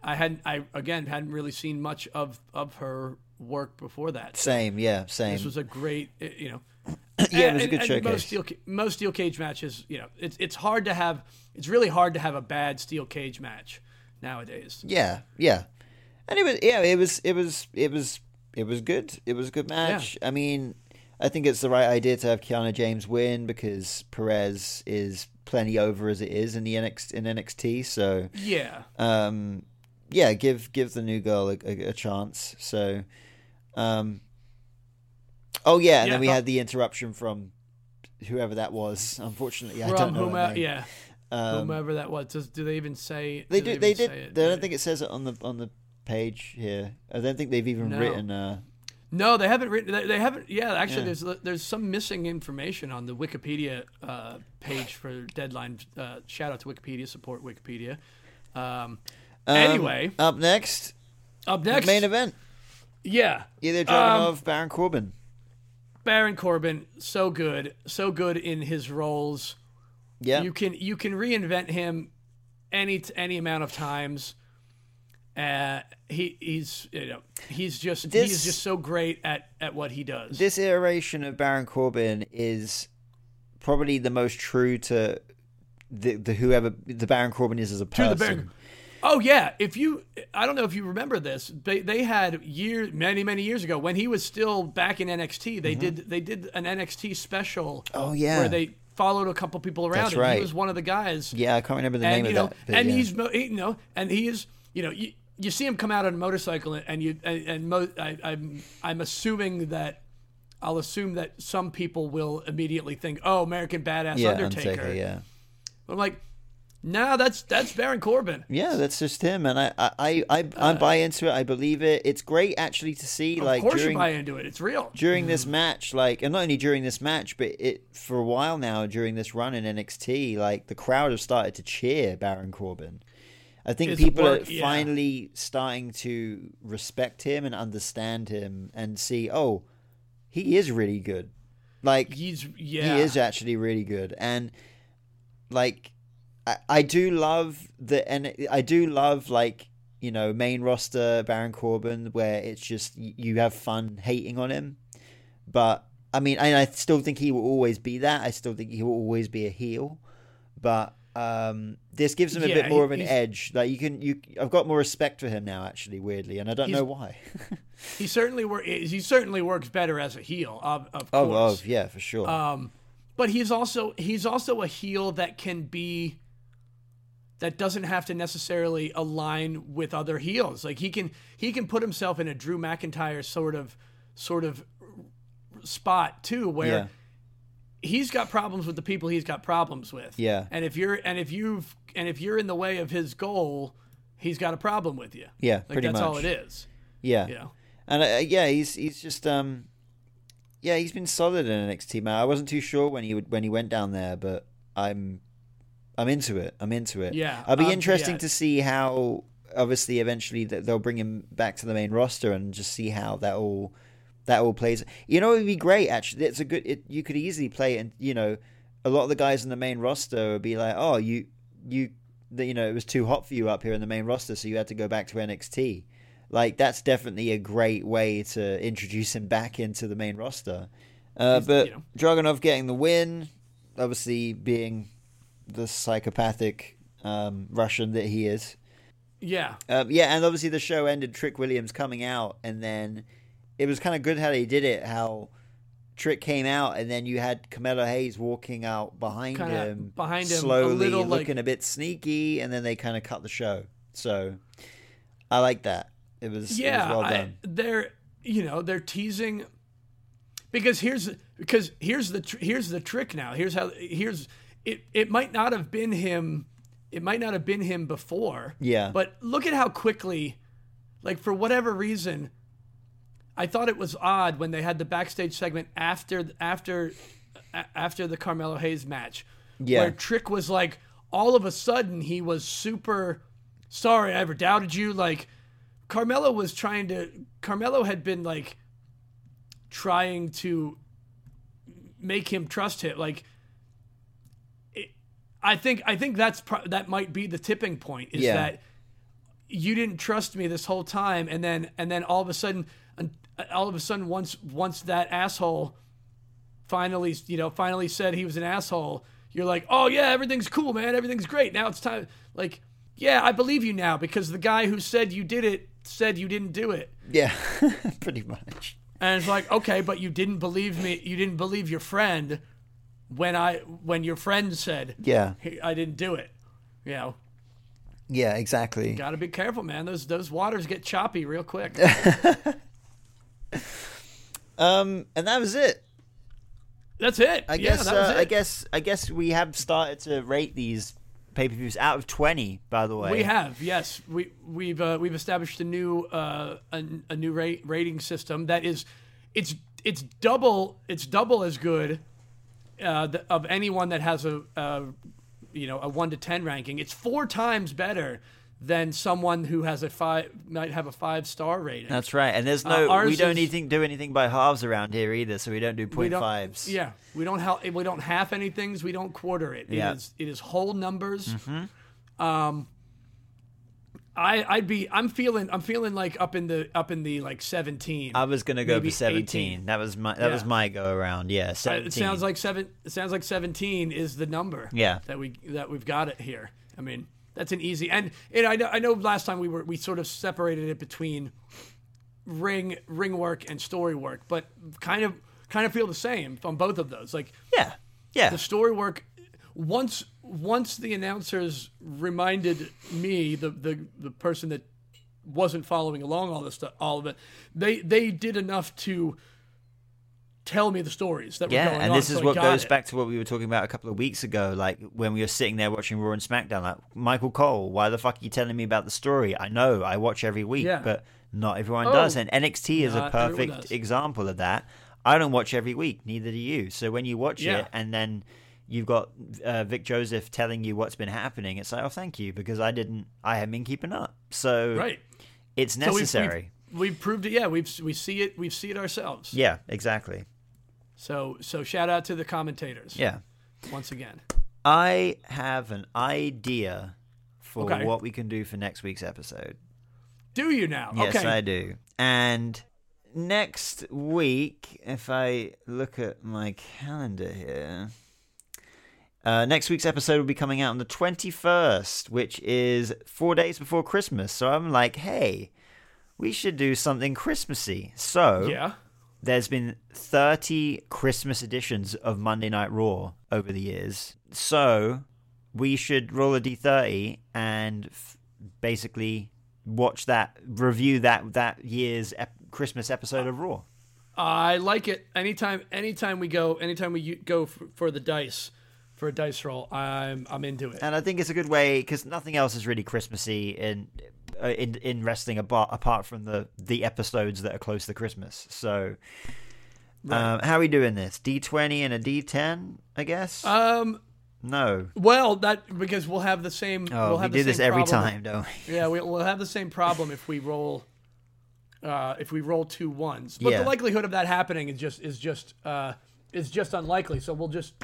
[SPEAKER 1] I hadn't, I again hadn't really seen much of of her work before that. So
[SPEAKER 2] Same, yeah, same.
[SPEAKER 1] This was a great, i- you know.
[SPEAKER 2] *coughs* *clears throat* yeah, it was a
[SPEAKER 1] and-
[SPEAKER 2] good
[SPEAKER 1] and Most
[SPEAKER 2] showcase.
[SPEAKER 1] steel, ca- most steel cage matches, you know, it's it's hard to have. It's really hard to have a bad steel cage match nowadays.
[SPEAKER 2] yeah, yeah, and it was yeah, it was it was it was it was good. It was a good match. I mean, I think it's the right idea to have Kiana James win because Perez is plenty over as it is in the NXT in NXT. So
[SPEAKER 1] Yeah.
[SPEAKER 2] um, yeah, give give the new girl a, a, a chance. So, um, oh yeah, and
[SPEAKER 1] Yeah,
[SPEAKER 2] then we
[SPEAKER 1] uh,
[SPEAKER 2] had the interruption from whoever that was. Unfortunately, I
[SPEAKER 1] From
[SPEAKER 2] don't know. her
[SPEAKER 1] whomever,
[SPEAKER 2] name.
[SPEAKER 1] yeah,
[SPEAKER 2] Um,
[SPEAKER 1] whomever that was. Does, do they even say?
[SPEAKER 2] they do. They
[SPEAKER 1] even
[SPEAKER 2] did.
[SPEAKER 1] say it,
[SPEAKER 2] I
[SPEAKER 1] do
[SPEAKER 2] don't think it says it on the on the page here. I don't think they've even
[SPEAKER 1] No.
[SPEAKER 2] written. Uh,
[SPEAKER 1] No, they haven't written. They, they haven't. Yeah, actually,
[SPEAKER 2] Yeah.
[SPEAKER 1] there's there's some missing information on the Wikipedia uh, page for deadline. Uh, shout out to Wikipedia. Support Wikipedia. Um,
[SPEAKER 2] um,
[SPEAKER 1] anyway,
[SPEAKER 2] up next,
[SPEAKER 1] up next, Um,
[SPEAKER 2] main event.
[SPEAKER 1] yeah,
[SPEAKER 2] Ilya Dragunov, Baron Corbin.
[SPEAKER 1] Baron Corbin, so good, so good in his roles.
[SPEAKER 2] Yeah,
[SPEAKER 1] You can you can reinvent him any t- any amount of times. Uh, he he's you know he's just he's
[SPEAKER 2] This-
[SPEAKER 1] just so great at at what he does.
[SPEAKER 2] this iteration of Baron Corbin is probably the most true to the, the whoever the Baron Corbin is as a
[SPEAKER 1] to
[SPEAKER 2] person.
[SPEAKER 1] the Baron. Oh yeah, if you, I don't know if you remember this. They they had year many many years ago when he was still back in NXT. They did they did an NXT special.
[SPEAKER 2] Mm-hmm. Oh, yeah.
[SPEAKER 1] where they followed a couple people around.
[SPEAKER 2] That's
[SPEAKER 1] and He
[SPEAKER 2] right.
[SPEAKER 1] was one of the guys.
[SPEAKER 2] Yeah, I can't remember the
[SPEAKER 1] and
[SPEAKER 2] name
[SPEAKER 1] you
[SPEAKER 2] of
[SPEAKER 1] know,
[SPEAKER 2] that. but
[SPEAKER 1] and
[SPEAKER 2] yeah.
[SPEAKER 1] he's mo- he- you know, and he is you know you, you see him come out on a motorcycle and you and, and mo- I, I'm I'm assuming that. I'll assume that some people will immediately think, "Oh, American Badass
[SPEAKER 2] yeah,
[SPEAKER 1] Undertaker."
[SPEAKER 2] Yeah,
[SPEAKER 1] But I'm like, "No, that's that's Baron Corbin."
[SPEAKER 2] yeah, that's just him, and I, I, I, I, I buy into it. I believe it. It's great actually to see, like
[SPEAKER 1] Uh, of course
[SPEAKER 2] during
[SPEAKER 1] you buy into it. It's real.
[SPEAKER 2] during
[SPEAKER 1] Mm.
[SPEAKER 2] this match, like, and not only during this match, but it for a while now during this run in NXT, like the crowd have started to cheer Baron Corbin. I think
[SPEAKER 1] It's
[SPEAKER 2] people
[SPEAKER 1] wor-
[SPEAKER 2] are
[SPEAKER 1] yeah.
[SPEAKER 2] finally starting to respect him and understand him and see, oh, he is really good. Like
[SPEAKER 1] He's yeah.
[SPEAKER 2] he is actually really good, and like I, I do love the and I do love like you know main roster Baron Corbin where it's just y- you have fun hating on him, but I mean and I still think he will always be that. I still think he will always be a heel, but um this gives him a
[SPEAKER 1] Yeah,
[SPEAKER 2] bit more of an
[SPEAKER 1] he's-
[SPEAKER 2] edge. Like you can you I've got more respect for him now actually weirdly, and I don't
[SPEAKER 1] He's-
[SPEAKER 2] know why. *laughs*
[SPEAKER 1] He certainly wor- he certainly works better as a heel, of, of
[SPEAKER 2] Oh,
[SPEAKER 1] course.
[SPEAKER 2] oh yeah, for sure.
[SPEAKER 1] Um, But he's also he's also a heel that can be that doesn't have to necessarily align with other heels. Like he can he can put himself in a Drew McIntyre sort of sort of spot too where
[SPEAKER 2] yeah.
[SPEAKER 1] he's got problems with the people he's got problems with.
[SPEAKER 2] Yeah.
[SPEAKER 1] And if you're and if you've and if you're in the way of his goal, he's got a problem with you.
[SPEAKER 2] Yeah,
[SPEAKER 1] Like
[SPEAKER 2] pretty
[SPEAKER 1] that's all
[SPEAKER 2] much.
[SPEAKER 1] it is.
[SPEAKER 2] Yeah.
[SPEAKER 1] You know.
[SPEAKER 2] And uh, yeah, he's he's just um, yeah, he's been solid in NXT. Man, I wasn't too sure when he would, when he went down there, but I'm I'm into it. I'm into it.
[SPEAKER 1] Yeah,
[SPEAKER 2] it'll be
[SPEAKER 1] um,
[SPEAKER 2] interesting
[SPEAKER 1] yeah.
[SPEAKER 2] to see how obviously eventually th- they'll bring him back to the main roster and just see how that all that all plays. You know, it'd be great actually. It's a good. It, you could easily play it and you know, a lot of the guys in the main roster would be like, oh, you you. That you know, it was too hot for you up here in the main roster, so you had to go back to NXT like that's definitely a great way to introduce him back into the main roster. Uh, but
[SPEAKER 1] you know.
[SPEAKER 2] Dragunov getting the win, obviously being the psychopathic um, Russian that he is.
[SPEAKER 1] Yeah.
[SPEAKER 2] Um, yeah, and obviously the show ended Trick Williams coming out, and then it was kind of good how they did it. How Trick came out, and then you had Camelo Hayes walking out behind
[SPEAKER 1] Kinda
[SPEAKER 2] him,
[SPEAKER 1] behind him, a
[SPEAKER 2] slowly
[SPEAKER 1] little, like-
[SPEAKER 2] looking a bit sneaky, and then they kind of cut the show. So I like that. It was
[SPEAKER 1] yeah,
[SPEAKER 2] it was well
[SPEAKER 1] I-
[SPEAKER 2] done.
[SPEAKER 1] they're you know they're teasing because here's because here's the tr- here's the trick now. Here's how here's it. It might not have been him. It might not have been him before.
[SPEAKER 2] Yeah.
[SPEAKER 1] But look at how quickly, like for whatever reason, I thought it was odd when they had the backstage segment after after a- after the Carmelo Hayes match,
[SPEAKER 2] Yeah.
[SPEAKER 1] where Trick was like all of a sudden he was super sorry I ever doubted you like Carmelo was trying to Carmelo had been like trying to make him trust him like it, I think I think that's pro- that might be the tipping point is
[SPEAKER 2] Yeah.
[SPEAKER 1] that you didn't trust me this whole time and then and then all of a sudden and all of a sudden once once that asshole finally you know finally said he was an asshole you're like oh yeah everything's cool man everything's great now it's time like yeah i believe you now because the guy who said you did it said you didn't do it
[SPEAKER 2] Yeah, *laughs* pretty much.
[SPEAKER 1] and it's like okay but you didn't believe me you didn't believe your friend when I when your friend said,
[SPEAKER 4] Yeah.
[SPEAKER 1] "Hey, I didn't do it." You know,
[SPEAKER 4] Yeah, exactly.
[SPEAKER 1] gotta be careful, man. Those those waters get choppy real
[SPEAKER 2] *laughs*
[SPEAKER 1] quick.
[SPEAKER 4] Um, and that was it.
[SPEAKER 1] That's it.
[SPEAKER 2] I
[SPEAKER 1] yeah,
[SPEAKER 2] guess
[SPEAKER 1] that was
[SPEAKER 2] uh,
[SPEAKER 1] it.
[SPEAKER 2] I guess I guess we have started to rate these pay per views out of twenty. By the way,
[SPEAKER 1] we have. Yes, we we've uh, we've established a new uh, a, a new ra- rating system that is, it's it's double it's double as good uh, th- of anyone that has a, a you know a one to ten ranking. It's four times better than someone who has a five might have a five star rating.
[SPEAKER 2] That's right, and there's no
[SPEAKER 1] Uh, ours
[SPEAKER 2] we don't
[SPEAKER 1] is-
[SPEAKER 2] anything do anything by halves around here either, so we don't do
[SPEAKER 1] we
[SPEAKER 2] point
[SPEAKER 1] don't-
[SPEAKER 2] fives.
[SPEAKER 1] Yeah, we don't ha- we don't half any things. We don't quarter it.
[SPEAKER 2] Yeah. Mm-hmm.
[SPEAKER 1] It is it is whole numbers. Um, I I'd be I'm feeling I'm feeling like up in the up in the like seventeen.
[SPEAKER 2] I was gonna go
[SPEAKER 1] Maybe
[SPEAKER 2] for seventeen.
[SPEAKER 1] 18.
[SPEAKER 2] That was my that was
[SPEAKER 1] Yeah.
[SPEAKER 2] my go around. Yeah,
[SPEAKER 1] Uh,
[SPEAKER 2] seventeen.
[SPEAKER 1] it sounds like seven. It sounds like seventeen is the number.
[SPEAKER 2] Yeah.
[SPEAKER 1] that we that we've got it here. I mean, that's an easy and and I know I know last time we were we sort of separated it between ring ring work and story work, but kind of kind of feel the same on both of those. Like
[SPEAKER 2] yeah, yeah.
[SPEAKER 1] the story work once once the announcers reminded me the the, the person that wasn't following along all this stuff all of it they they did enough to tell me the stories that were
[SPEAKER 2] Yeah,
[SPEAKER 1] going
[SPEAKER 2] and
[SPEAKER 1] on,
[SPEAKER 2] this
[SPEAKER 1] so
[SPEAKER 2] is
[SPEAKER 1] I
[SPEAKER 2] what
[SPEAKER 1] got
[SPEAKER 2] goes
[SPEAKER 1] it.
[SPEAKER 2] back to what we were talking about a couple of weeks ago, like when we were sitting there watching Raw and SmackDown. Like Michael Cole, why the fuck are you telling me about the story? I know I watch every week,
[SPEAKER 1] Yeah.
[SPEAKER 2] but not everyone
[SPEAKER 1] Oh.
[SPEAKER 2] does, and NXT is a
[SPEAKER 1] Not everyone
[SPEAKER 2] perfect
[SPEAKER 1] does.
[SPEAKER 2] example of that. I don't watch every week, neither do you. So when you watch
[SPEAKER 1] Yeah.
[SPEAKER 2] it, and then you've got uh, Vic Joseph telling you what's been happening, it's like, oh, thank you, because I didn't, I haven't been keeping up. So
[SPEAKER 1] right
[SPEAKER 2] it's
[SPEAKER 1] So we've-
[SPEAKER 2] necessary.
[SPEAKER 1] we've, we've, proved it yeah we've we see it we see it ourselves
[SPEAKER 2] Yeah, exactly.
[SPEAKER 1] so so shout out to the commentators
[SPEAKER 2] Yeah.
[SPEAKER 1] once again
[SPEAKER 2] I have an idea for
[SPEAKER 1] Okay.
[SPEAKER 2] what we can do for next week's episode.
[SPEAKER 1] do you now
[SPEAKER 2] Yes,
[SPEAKER 1] okay
[SPEAKER 2] I do. And next week, if I look at my calendar here, uh, next week's episode will be coming out on the 21st, which is four days before Christmas. So I'm like, hey, we should do something Christmassy. So
[SPEAKER 1] yeah
[SPEAKER 2] there's been 30 Christmas editions of Monday Night Raw over the years. So we should roll a D30 and f- basically watch that, review that that year's ep- Christmas episode of Raw.
[SPEAKER 1] I like it. Anytime, anytime we go, anytime we u- go for, for the dice, for a dice roll, I'm I'm into it.
[SPEAKER 2] And I think it's a good way because nothing else is really Christmassy in uh, in, in wrestling apart, apart from the, the episodes that are close to Christmas. So um, how are we doing this? D20 and a D10, I guess?
[SPEAKER 1] Um,
[SPEAKER 2] no.
[SPEAKER 1] well, that because we'll have the same.
[SPEAKER 2] Oh,
[SPEAKER 1] we'll
[SPEAKER 2] we
[SPEAKER 1] have the
[SPEAKER 2] do this
[SPEAKER 1] same
[SPEAKER 2] every
[SPEAKER 1] problem.
[SPEAKER 2] time, don't we?
[SPEAKER 1] Yeah, we, we'll have the same problem if we roll, uh, if we roll two ones. But
[SPEAKER 2] Yeah.
[SPEAKER 1] the likelihood of that happening is just is just uh, is just unlikely. So we'll just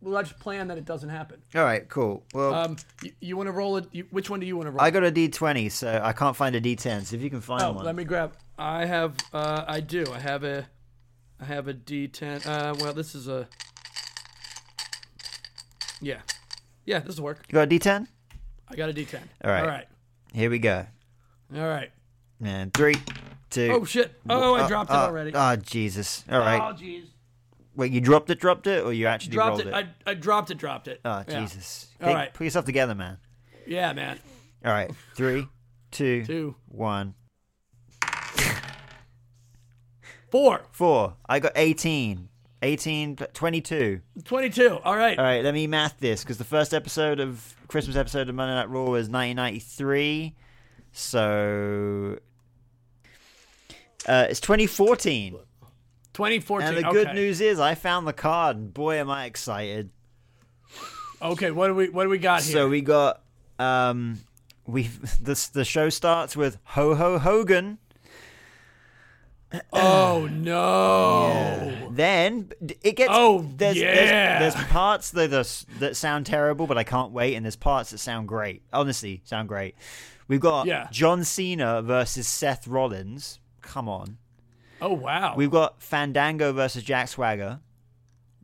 [SPEAKER 1] we'll just plan that it doesn't happen.
[SPEAKER 2] All right, cool. Well,
[SPEAKER 1] Um, you, you want to roll it? You, which one do you want to roll?
[SPEAKER 2] I got a D20, so I can't find a D10. So if you can find
[SPEAKER 1] Oh,
[SPEAKER 2] one,
[SPEAKER 1] let me grab. I have. Uh, I do. I have a. I have a D10. Uh, well, this is a. Yeah, yeah. This will work.
[SPEAKER 2] you got a D10?
[SPEAKER 1] I got a D10.
[SPEAKER 2] All right.
[SPEAKER 1] All right.
[SPEAKER 2] Here we go.
[SPEAKER 1] All right.
[SPEAKER 2] And three, two.
[SPEAKER 1] Oh shit. Oh, I
[SPEAKER 2] uh,
[SPEAKER 1] dropped it
[SPEAKER 2] uh,
[SPEAKER 1] already.
[SPEAKER 2] Oh, Jesus. All right.
[SPEAKER 1] oh jeez.
[SPEAKER 2] Wait, you dropped it, dropped it, or you actually
[SPEAKER 1] Dropped
[SPEAKER 2] rolled
[SPEAKER 1] it.
[SPEAKER 2] it?
[SPEAKER 1] I, I dropped it. Dropped it.
[SPEAKER 2] Oh,
[SPEAKER 1] Yeah.
[SPEAKER 2] Jesus.
[SPEAKER 1] All
[SPEAKER 2] Think-
[SPEAKER 1] right.
[SPEAKER 2] Put yourself together, man.
[SPEAKER 1] Yeah, man. *laughs*
[SPEAKER 2] All right. Three, two,
[SPEAKER 1] Two,
[SPEAKER 2] one,
[SPEAKER 1] four,
[SPEAKER 2] four. I got 18. 18, pl- 22.
[SPEAKER 1] 22. All right.
[SPEAKER 2] All right, let me math this because the first episode of Christmas episode of Monday Night Raw was 1993, so uh, it's 2014.
[SPEAKER 1] 2014.
[SPEAKER 2] And the good
[SPEAKER 1] okay.
[SPEAKER 2] news is, I found the card, and boy, am I excited!
[SPEAKER 1] Okay. What do we What do we got here?
[SPEAKER 2] So we got um, we *laughs* the the show starts with Ho Ho Hogan.
[SPEAKER 1] oh no.
[SPEAKER 2] Then d- it gets.
[SPEAKER 1] Oh,
[SPEAKER 2] there's,
[SPEAKER 1] yeah.
[SPEAKER 2] There's, there's parts that are, that sound terrible, but I can't wait, and there's parts that sound great. Honestly, sound great. We've got
[SPEAKER 1] Yeah.
[SPEAKER 2] John Cena versus Seth Rollins. Come on.
[SPEAKER 1] Oh wow.
[SPEAKER 2] We've got Fandango versus Jack Swagger.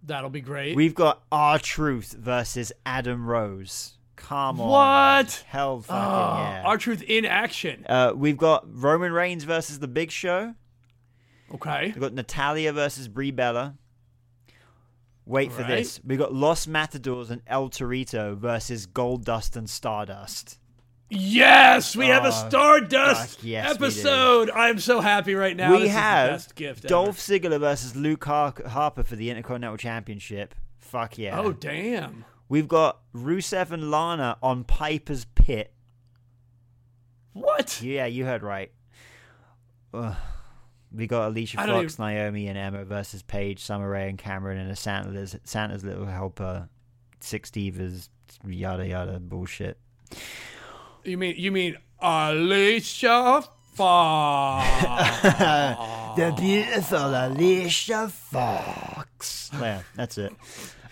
[SPEAKER 1] That'll be great.
[SPEAKER 2] We've got R Truth versus Adam Rose. Come on.
[SPEAKER 1] What? Ah,
[SPEAKER 2] Hell fucking yeah.
[SPEAKER 1] Uh, Our truth in action.
[SPEAKER 2] uh, we've got Roman Reigns versus The Big Show.
[SPEAKER 1] Okay.
[SPEAKER 2] We've got Natalia versus Brie Bella. Wait for
[SPEAKER 1] Right.
[SPEAKER 2] this. We got Los Matadors and El Torito versus Goldust and Stardust.
[SPEAKER 1] Yes, we have a
[SPEAKER 2] Oh,
[SPEAKER 1] Stardust
[SPEAKER 2] fuck, yes, we do.
[SPEAKER 1] episode. I'm so happy right now.
[SPEAKER 2] we
[SPEAKER 1] This is the
[SPEAKER 2] have
[SPEAKER 1] best gift ever.
[SPEAKER 2] Dolph Ziggler versus Luke Har- Harper for the Intercontinental Championship. Fuck yeah.
[SPEAKER 1] Oh damn!
[SPEAKER 2] We've got Rusev and Lana on Piper's Pit.
[SPEAKER 1] What?
[SPEAKER 2] Yeah, you heard right. Ugh. We got Alicia
[SPEAKER 1] I don't
[SPEAKER 2] Fox, Naomi, and Emma versus Paige, Summer Rae, and Cameron, and a Santa's, Santa's little helper, Six Divas, yada yada *laughs* bullshit.
[SPEAKER 1] You mean you mean Alicia Fox?
[SPEAKER 2] The beautiful Alicia Fox. yeah, that's it.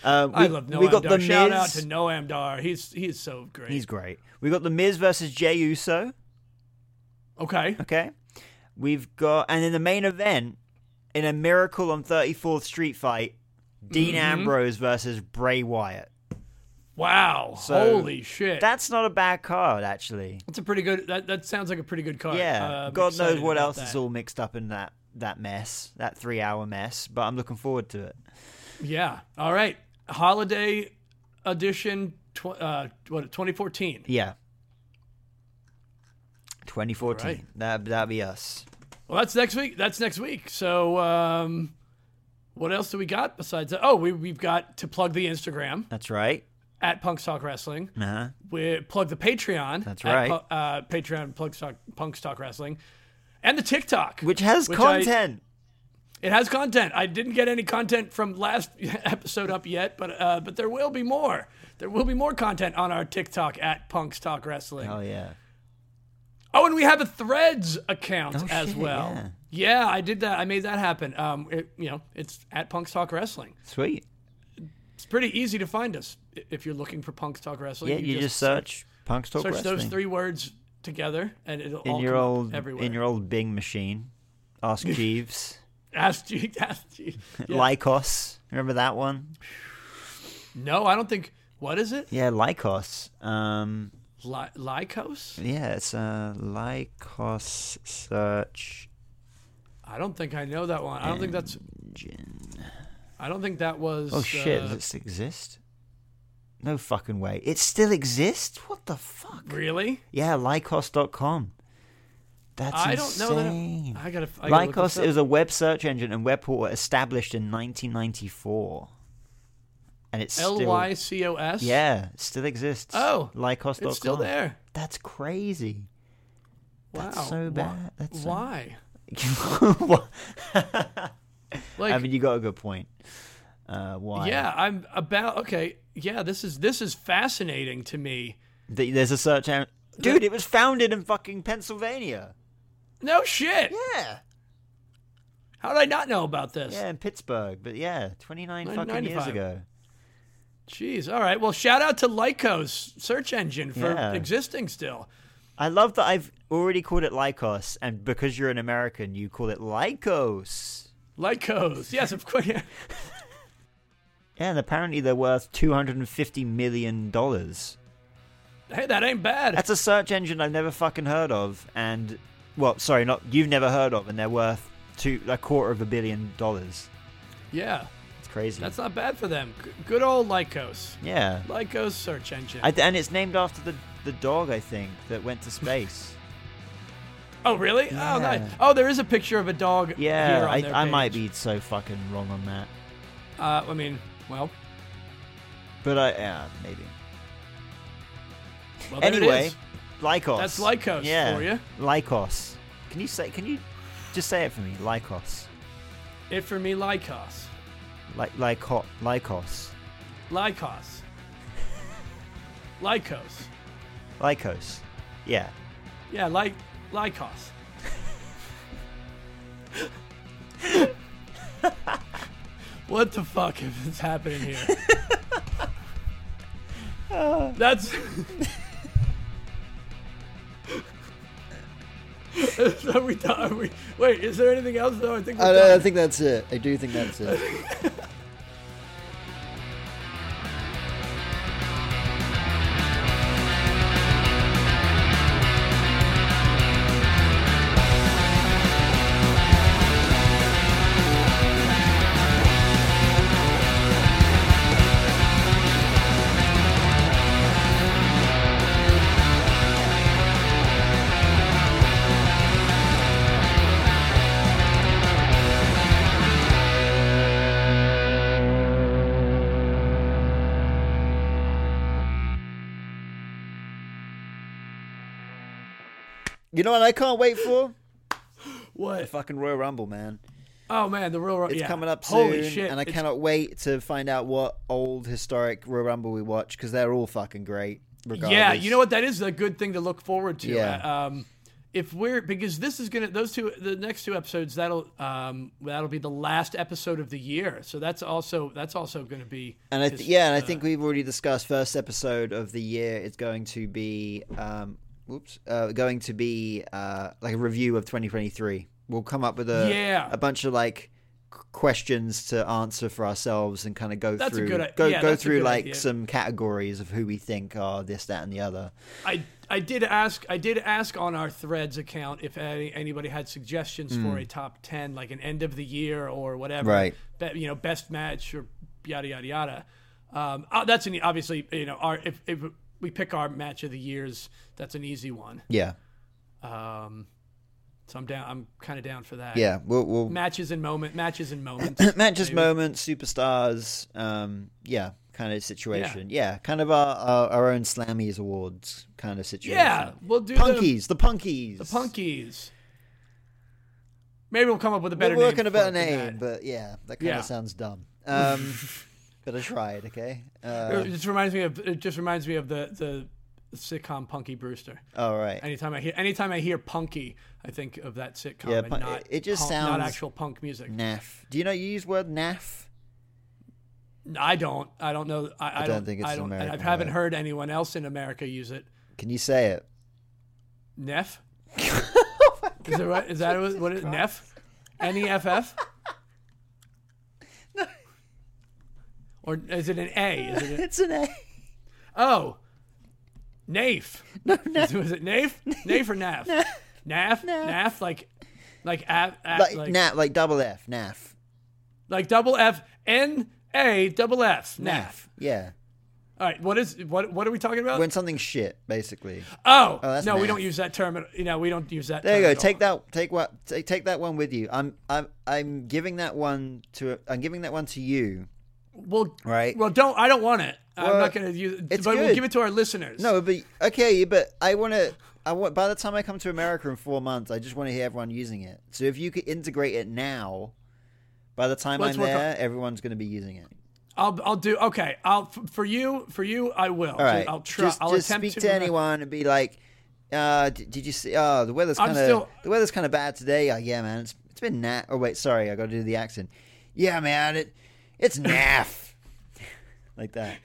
[SPEAKER 2] Um,
[SPEAKER 1] I love Noam
[SPEAKER 2] *laughs* we got
[SPEAKER 1] Dar.
[SPEAKER 2] the
[SPEAKER 1] Shout
[SPEAKER 2] Miz.
[SPEAKER 1] out to Noam Dar. He's he's so great.
[SPEAKER 2] He's great. We got the Miz versus Jey Uso.
[SPEAKER 1] okay.
[SPEAKER 2] Okay. We've got, and in the main event, in a Miracle on 34th Street fight, Dean
[SPEAKER 1] Mm-hmm.
[SPEAKER 2] Ambrose versus Bray Wyatt.
[SPEAKER 1] Wow.
[SPEAKER 2] So,
[SPEAKER 1] Holy shit.
[SPEAKER 2] That's not a bad card, actually.
[SPEAKER 1] That's a pretty good. That, that sounds like a pretty good card.
[SPEAKER 2] Yeah.
[SPEAKER 1] Uh, I'm
[SPEAKER 2] God knows
[SPEAKER 1] excited
[SPEAKER 2] what
[SPEAKER 1] about
[SPEAKER 2] else
[SPEAKER 1] that.
[SPEAKER 2] is all mixed up in that that mess, that three hour mess. But I'm looking forward to it.
[SPEAKER 1] Yeah. All right. Holiday edition. Tw- uh, what? 2014.
[SPEAKER 2] Yeah. 2014.
[SPEAKER 1] Right.
[SPEAKER 2] That that'd be us.
[SPEAKER 1] Well, that's next week. That's next week. So, um, what else do we got besides that? Oh, we, we've got to plug the Instagram
[SPEAKER 2] That's right.
[SPEAKER 1] at Punks Talk Wrestling.
[SPEAKER 2] Uh-huh.
[SPEAKER 1] We plug the Patreon.
[SPEAKER 2] That's
[SPEAKER 1] at
[SPEAKER 2] right.
[SPEAKER 1] pu- uh, Patreon Punks Talk, Punks Talk Wrestling, and the TikTok,
[SPEAKER 2] Which has
[SPEAKER 1] Which I-
[SPEAKER 2] content.
[SPEAKER 1] it has content. I didn't get any content from last *laughs* episode up yet, but uh, but there will be more. There will be more content on our TikTok at Punks Talk Wrestling.
[SPEAKER 2] oh yeah.
[SPEAKER 1] Oh, and we have a Threads account
[SPEAKER 2] Oh,
[SPEAKER 1] as
[SPEAKER 2] shit,
[SPEAKER 1] well. Yeah. I did that. I made that happen. Um, it, you know, it's at Punks Talk Wrestling.
[SPEAKER 2] Sweet.
[SPEAKER 1] It's pretty easy to find us i- if you're looking for Punks Talk Wrestling.
[SPEAKER 2] Yeah, you, just, search Punk's Talk
[SPEAKER 1] search
[SPEAKER 2] Wrestling.
[SPEAKER 1] those three words together, and it'll
[SPEAKER 2] in
[SPEAKER 1] all
[SPEAKER 2] your
[SPEAKER 1] come up
[SPEAKER 2] old
[SPEAKER 1] everywhere.
[SPEAKER 2] in your old Bing machine. Ask Jeeves,
[SPEAKER 1] *laughs* ask you, *laughs* ask
[SPEAKER 2] *laughs*
[SPEAKER 1] you. Yeah.
[SPEAKER 2] Lycos. Remember that one?
[SPEAKER 1] No, I don't think. What is it?
[SPEAKER 2] Yeah, Lycos. Um,
[SPEAKER 1] Ly- Lycos?
[SPEAKER 2] yeah, it's uh, Lycos search
[SPEAKER 1] I don't think I know that one. I don't think that's.
[SPEAKER 2] engine.
[SPEAKER 1] I don't think that was.
[SPEAKER 2] Oh shit,
[SPEAKER 1] uh,
[SPEAKER 2] does it still exist? No fucking way. It still exists? What the fuck?
[SPEAKER 1] really?
[SPEAKER 2] Yeah, Lycos.com. That's
[SPEAKER 1] I don't know that.
[SPEAKER 2] insane.
[SPEAKER 1] I gotta. I gotta look this
[SPEAKER 2] Lycos
[SPEAKER 1] up.
[SPEAKER 2] is a web search engine and web portal established in 1994. And it's
[SPEAKER 1] L
[SPEAKER 2] still
[SPEAKER 1] Y C O S.
[SPEAKER 2] Yeah, it still exists.
[SPEAKER 1] Oh,
[SPEAKER 2] Lycos.com.
[SPEAKER 1] it's still there.
[SPEAKER 2] That's crazy.
[SPEAKER 1] *laughs*
[SPEAKER 2] *laughs*
[SPEAKER 1] Wow,
[SPEAKER 2] That's so
[SPEAKER 1] wha-
[SPEAKER 2] bad. That's so-
[SPEAKER 1] why?
[SPEAKER 2] What?
[SPEAKER 1] Like,
[SPEAKER 2] I mean, you got a good point. Uh, why?
[SPEAKER 1] yeah, I'm about okay. Yeah, this is this is fascinating to me.
[SPEAKER 2] Th- There's a search engine. Dude, it was founded in fucking Pennsylvania.
[SPEAKER 1] No shit.
[SPEAKER 2] Yeah.
[SPEAKER 1] How did I not know about this?
[SPEAKER 2] Yeah, in Pittsburgh. But yeah, 29 fucking years
[SPEAKER 1] 1995.
[SPEAKER 2] ago.
[SPEAKER 1] Jeez. All right. Well, shout out to Lycos search engine for
[SPEAKER 2] Yeah.
[SPEAKER 1] existing still.
[SPEAKER 2] I love that I've already called it Lycos, and because you're an American, you call it Lycos.
[SPEAKER 1] Lycos. Yes, of course. *laughs* Yeah.
[SPEAKER 2] Yeah, and apparently they're worth $250 million.
[SPEAKER 1] Hey, that ain't bad.
[SPEAKER 2] That's a search engine I've never fucking heard of, and well, sorry, not you've never heard of, and they're worth two a quarter of a billion dollars.
[SPEAKER 1] yeah,
[SPEAKER 2] It's crazy.
[SPEAKER 1] that's not bad for them. G- Good old Lycos.
[SPEAKER 2] yeah,
[SPEAKER 1] Lycos search engine.
[SPEAKER 2] I, and it's named after the the dog I think that went to
[SPEAKER 1] *laughs*
[SPEAKER 2] space.
[SPEAKER 1] oh, really?
[SPEAKER 2] Yeah.
[SPEAKER 1] Oh, nice. Oh, there is a picture of a dog.
[SPEAKER 2] yeah,
[SPEAKER 1] here on
[SPEAKER 2] I,
[SPEAKER 1] their
[SPEAKER 2] I might
[SPEAKER 1] page.
[SPEAKER 2] be so fucking wrong on that,
[SPEAKER 1] Uh, I mean, well,
[SPEAKER 2] but I yeah maybe.
[SPEAKER 1] well there it
[SPEAKER 2] Anyway,
[SPEAKER 1] is.
[SPEAKER 2] Lycos.
[SPEAKER 1] That's Lycos
[SPEAKER 2] yeah.
[SPEAKER 1] for ya.
[SPEAKER 2] Lycos. Can you say? Can you just say it for me? Lycos.
[SPEAKER 1] it for me, Lycos.
[SPEAKER 2] Like Lycos. Lycos.
[SPEAKER 1] Lycos. Lycos.
[SPEAKER 2] Lycos. Yeah.
[SPEAKER 1] Yeah, like Lycos. what the fuck is happening here? That's. *laughs* are we done? Are we, wait, is there anything else though? I think we're
[SPEAKER 4] I,
[SPEAKER 1] done.
[SPEAKER 4] I think that's it. I do think that's it.
[SPEAKER 2] You know what I can't wait for?
[SPEAKER 1] What?
[SPEAKER 2] Fucking Royal Rumble, man.
[SPEAKER 1] Oh man, the Royal Rumble.
[SPEAKER 2] It's
[SPEAKER 1] yeah.
[SPEAKER 2] coming up soon,
[SPEAKER 1] Holy shit!
[SPEAKER 2] and I
[SPEAKER 1] it's-
[SPEAKER 2] cannot wait to find out what old historic Royal Rumble we watch because they're all fucking great. Regardless.
[SPEAKER 1] Yeah, you know what? That is a good thing to look forward to.
[SPEAKER 2] Yeah.
[SPEAKER 1] Um, if we're because this is gonna those two the next two episodes that'll um that'll be the last episode of the year. So that's also that's also gonna be
[SPEAKER 2] And I th- yeah, and I think we've already discussed first episode of the year. It's going to be, um, whoops, uh, going to be uh, like a review of 2023. We'll come up with a
[SPEAKER 1] Yeah.
[SPEAKER 2] a bunch of like qu- questions to answer for ourselves and kind of go
[SPEAKER 1] That's a
[SPEAKER 2] through
[SPEAKER 1] good i-
[SPEAKER 2] go
[SPEAKER 1] yeah,
[SPEAKER 2] go
[SPEAKER 1] that's a
[SPEAKER 2] through
[SPEAKER 1] good
[SPEAKER 2] like
[SPEAKER 1] idea.
[SPEAKER 2] some categories of who we think are this, that, and the other.
[SPEAKER 1] I I did ask I did ask on our Threads account if any, anybody had suggestions for a top ten, like an end of the year or whatever,
[SPEAKER 2] Hmm. Right.
[SPEAKER 1] Be, you know, best match or yada yada yada. Um, uh, that's an obviously you know our if, if we pick our match of the years, that's an easy one.
[SPEAKER 2] Yeah,
[SPEAKER 1] Um, so I'm down. I'm kind of down for that.
[SPEAKER 2] yeah. We'll, we'll *clears throat*
[SPEAKER 1] Matches and moment. Matches and moments.
[SPEAKER 2] matches
[SPEAKER 1] maybe.
[SPEAKER 2] moments, superstars. Um, yeah, kind of situation. Yeah, kind of our, our our own Slammies awards kind of situation.
[SPEAKER 1] Yeah, we'll do
[SPEAKER 2] Punkies, the Punkies.
[SPEAKER 1] the the punkies. Maybe we'll come up with a better
[SPEAKER 2] We're
[SPEAKER 1] name.
[SPEAKER 2] working a
[SPEAKER 1] for
[SPEAKER 2] better
[SPEAKER 1] it than
[SPEAKER 2] name,
[SPEAKER 1] that.
[SPEAKER 2] but yeah, that kind of
[SPEAKER 1] Yeah. *laughs*
[SPEAKER 2] sounds dumb. Um, but I tried, okay? Uh,
[SPEAKER 1] It just reminds me of it just reminds me of the the sitcom Punky Brewster.
[SPEAKER 2] all right.
[SPEAKER 1] Anytime I hear anytime I hear Punky, I think of that sitcom
[SPEAKER 2] Yeah,
[SPEAKER 1] and
[SPEAKER 2] pun-
[SPEAKER 1] not
[SPEAKER 2] it just
[SPEAKER 1] punk- not
[SPEAKER 2] sounds-
[SPEAKER 1] actual punk music.
[SPEAKER 2] Naff. Do you know you use word naff?
[SPEAKER 1] I don't I don't know I, I,
[SPEAKER 2] don't think it's
[SPEAKER 1] I
[SPEAKER 2] an
[SPEAKER 1] don't
[SPEAKER 2] American
[SPEAKER 1] I haven't
[SPEAKER 2] word.
[SPEAKER 1] heard anyone else in America use it.
[SPEAKER 2] Can you say it?
[SPEAKER 1] Neff? is, it right? is that what, what it, Neff? N E F F? Or is it an A? Is
[SPEAKER 2] *laughs*
[SPEAKER 1] it a,
[SPEAKER 2] It's an A.
[SPEAKER 1] oh, Nafe. No, Was it Nafe? Nafe or Naf? Naf. Naf. like, like, a, a-
[SPEAKER 2] Like,
[SPEAKER 1] like,
[SPEAKER 2] naff, like double F, naff.
[SPEAKER 1] like double F, N A double F, Naf.
[SPEAKER 2] Yeah.
[SPEAKER 1] All right, what is what? What are we talking about?
[SPEAKER 2] When something's shit, basically.
[SPEAKER 1] oh,
[SPEAKER 2] that's
[SPEAKER 1] no, we
[SPEAKER 2] Naf.
[SPEAKER 1] don't use that term. at- You know, we don't use that.
[SPEAKER 2] There
[SPEAKER 1] term
[SPEAKER 2] you go.
[SPEAKER 1] at all.
[SPEAKER 2] Take that. Take what. Take, take that one with you. I'm. I'm. I'm giving that one to. I'm giving that one to you.
[SPEAKER 1] Well,
[SPEAKER 2] Right.
[SPEAKER 1] Well, don't I don't want it. I'm
[SPEAKER 2] Well,
[SPEAKER 1] not going to use it, but
[SPEAKER 2] it's
[SPEAKER 1] we'll
[SPEAKER 2] good.
[SPEAKER 1] give it to our listeners.
[SPEAKER 2] No, but okay, but I want to. I want. By the time I come to America in four months, I just want to hear everyone using it. So if you could integrate it now, by the time
[SPEAKER 1] Let's
[SPEAKER 2] I'm
[SPEAKER 1] work on-
[SPEAKER 2] there, everyone's going to be using it.
[SPEAKER 1] I'll I'll do okay. I'll f- for you for you I will.
[SPEAKER 2] All right.
[SPEAKER 1] I'll try.
[SPEAKER 2] Just,
[SPEAKER 1] I'll
[SPEAKER 2] just
[SPEAKER 1] attempt
[SPEAKER 2] speak to, anyone and be like, uh, d- "Did you see? Oh, the weather's
[SPEAKER 1] I'm
[SPEAKER 2] kind of
[SPEAKER 1] still-
[SPEAKER 2] the weather's kind of bad today. Oh, yeah, man. It's it's been naff. Oh, wait, sorry, I got to do the accent. Yeah, man. It it's naff. *laughs* like that.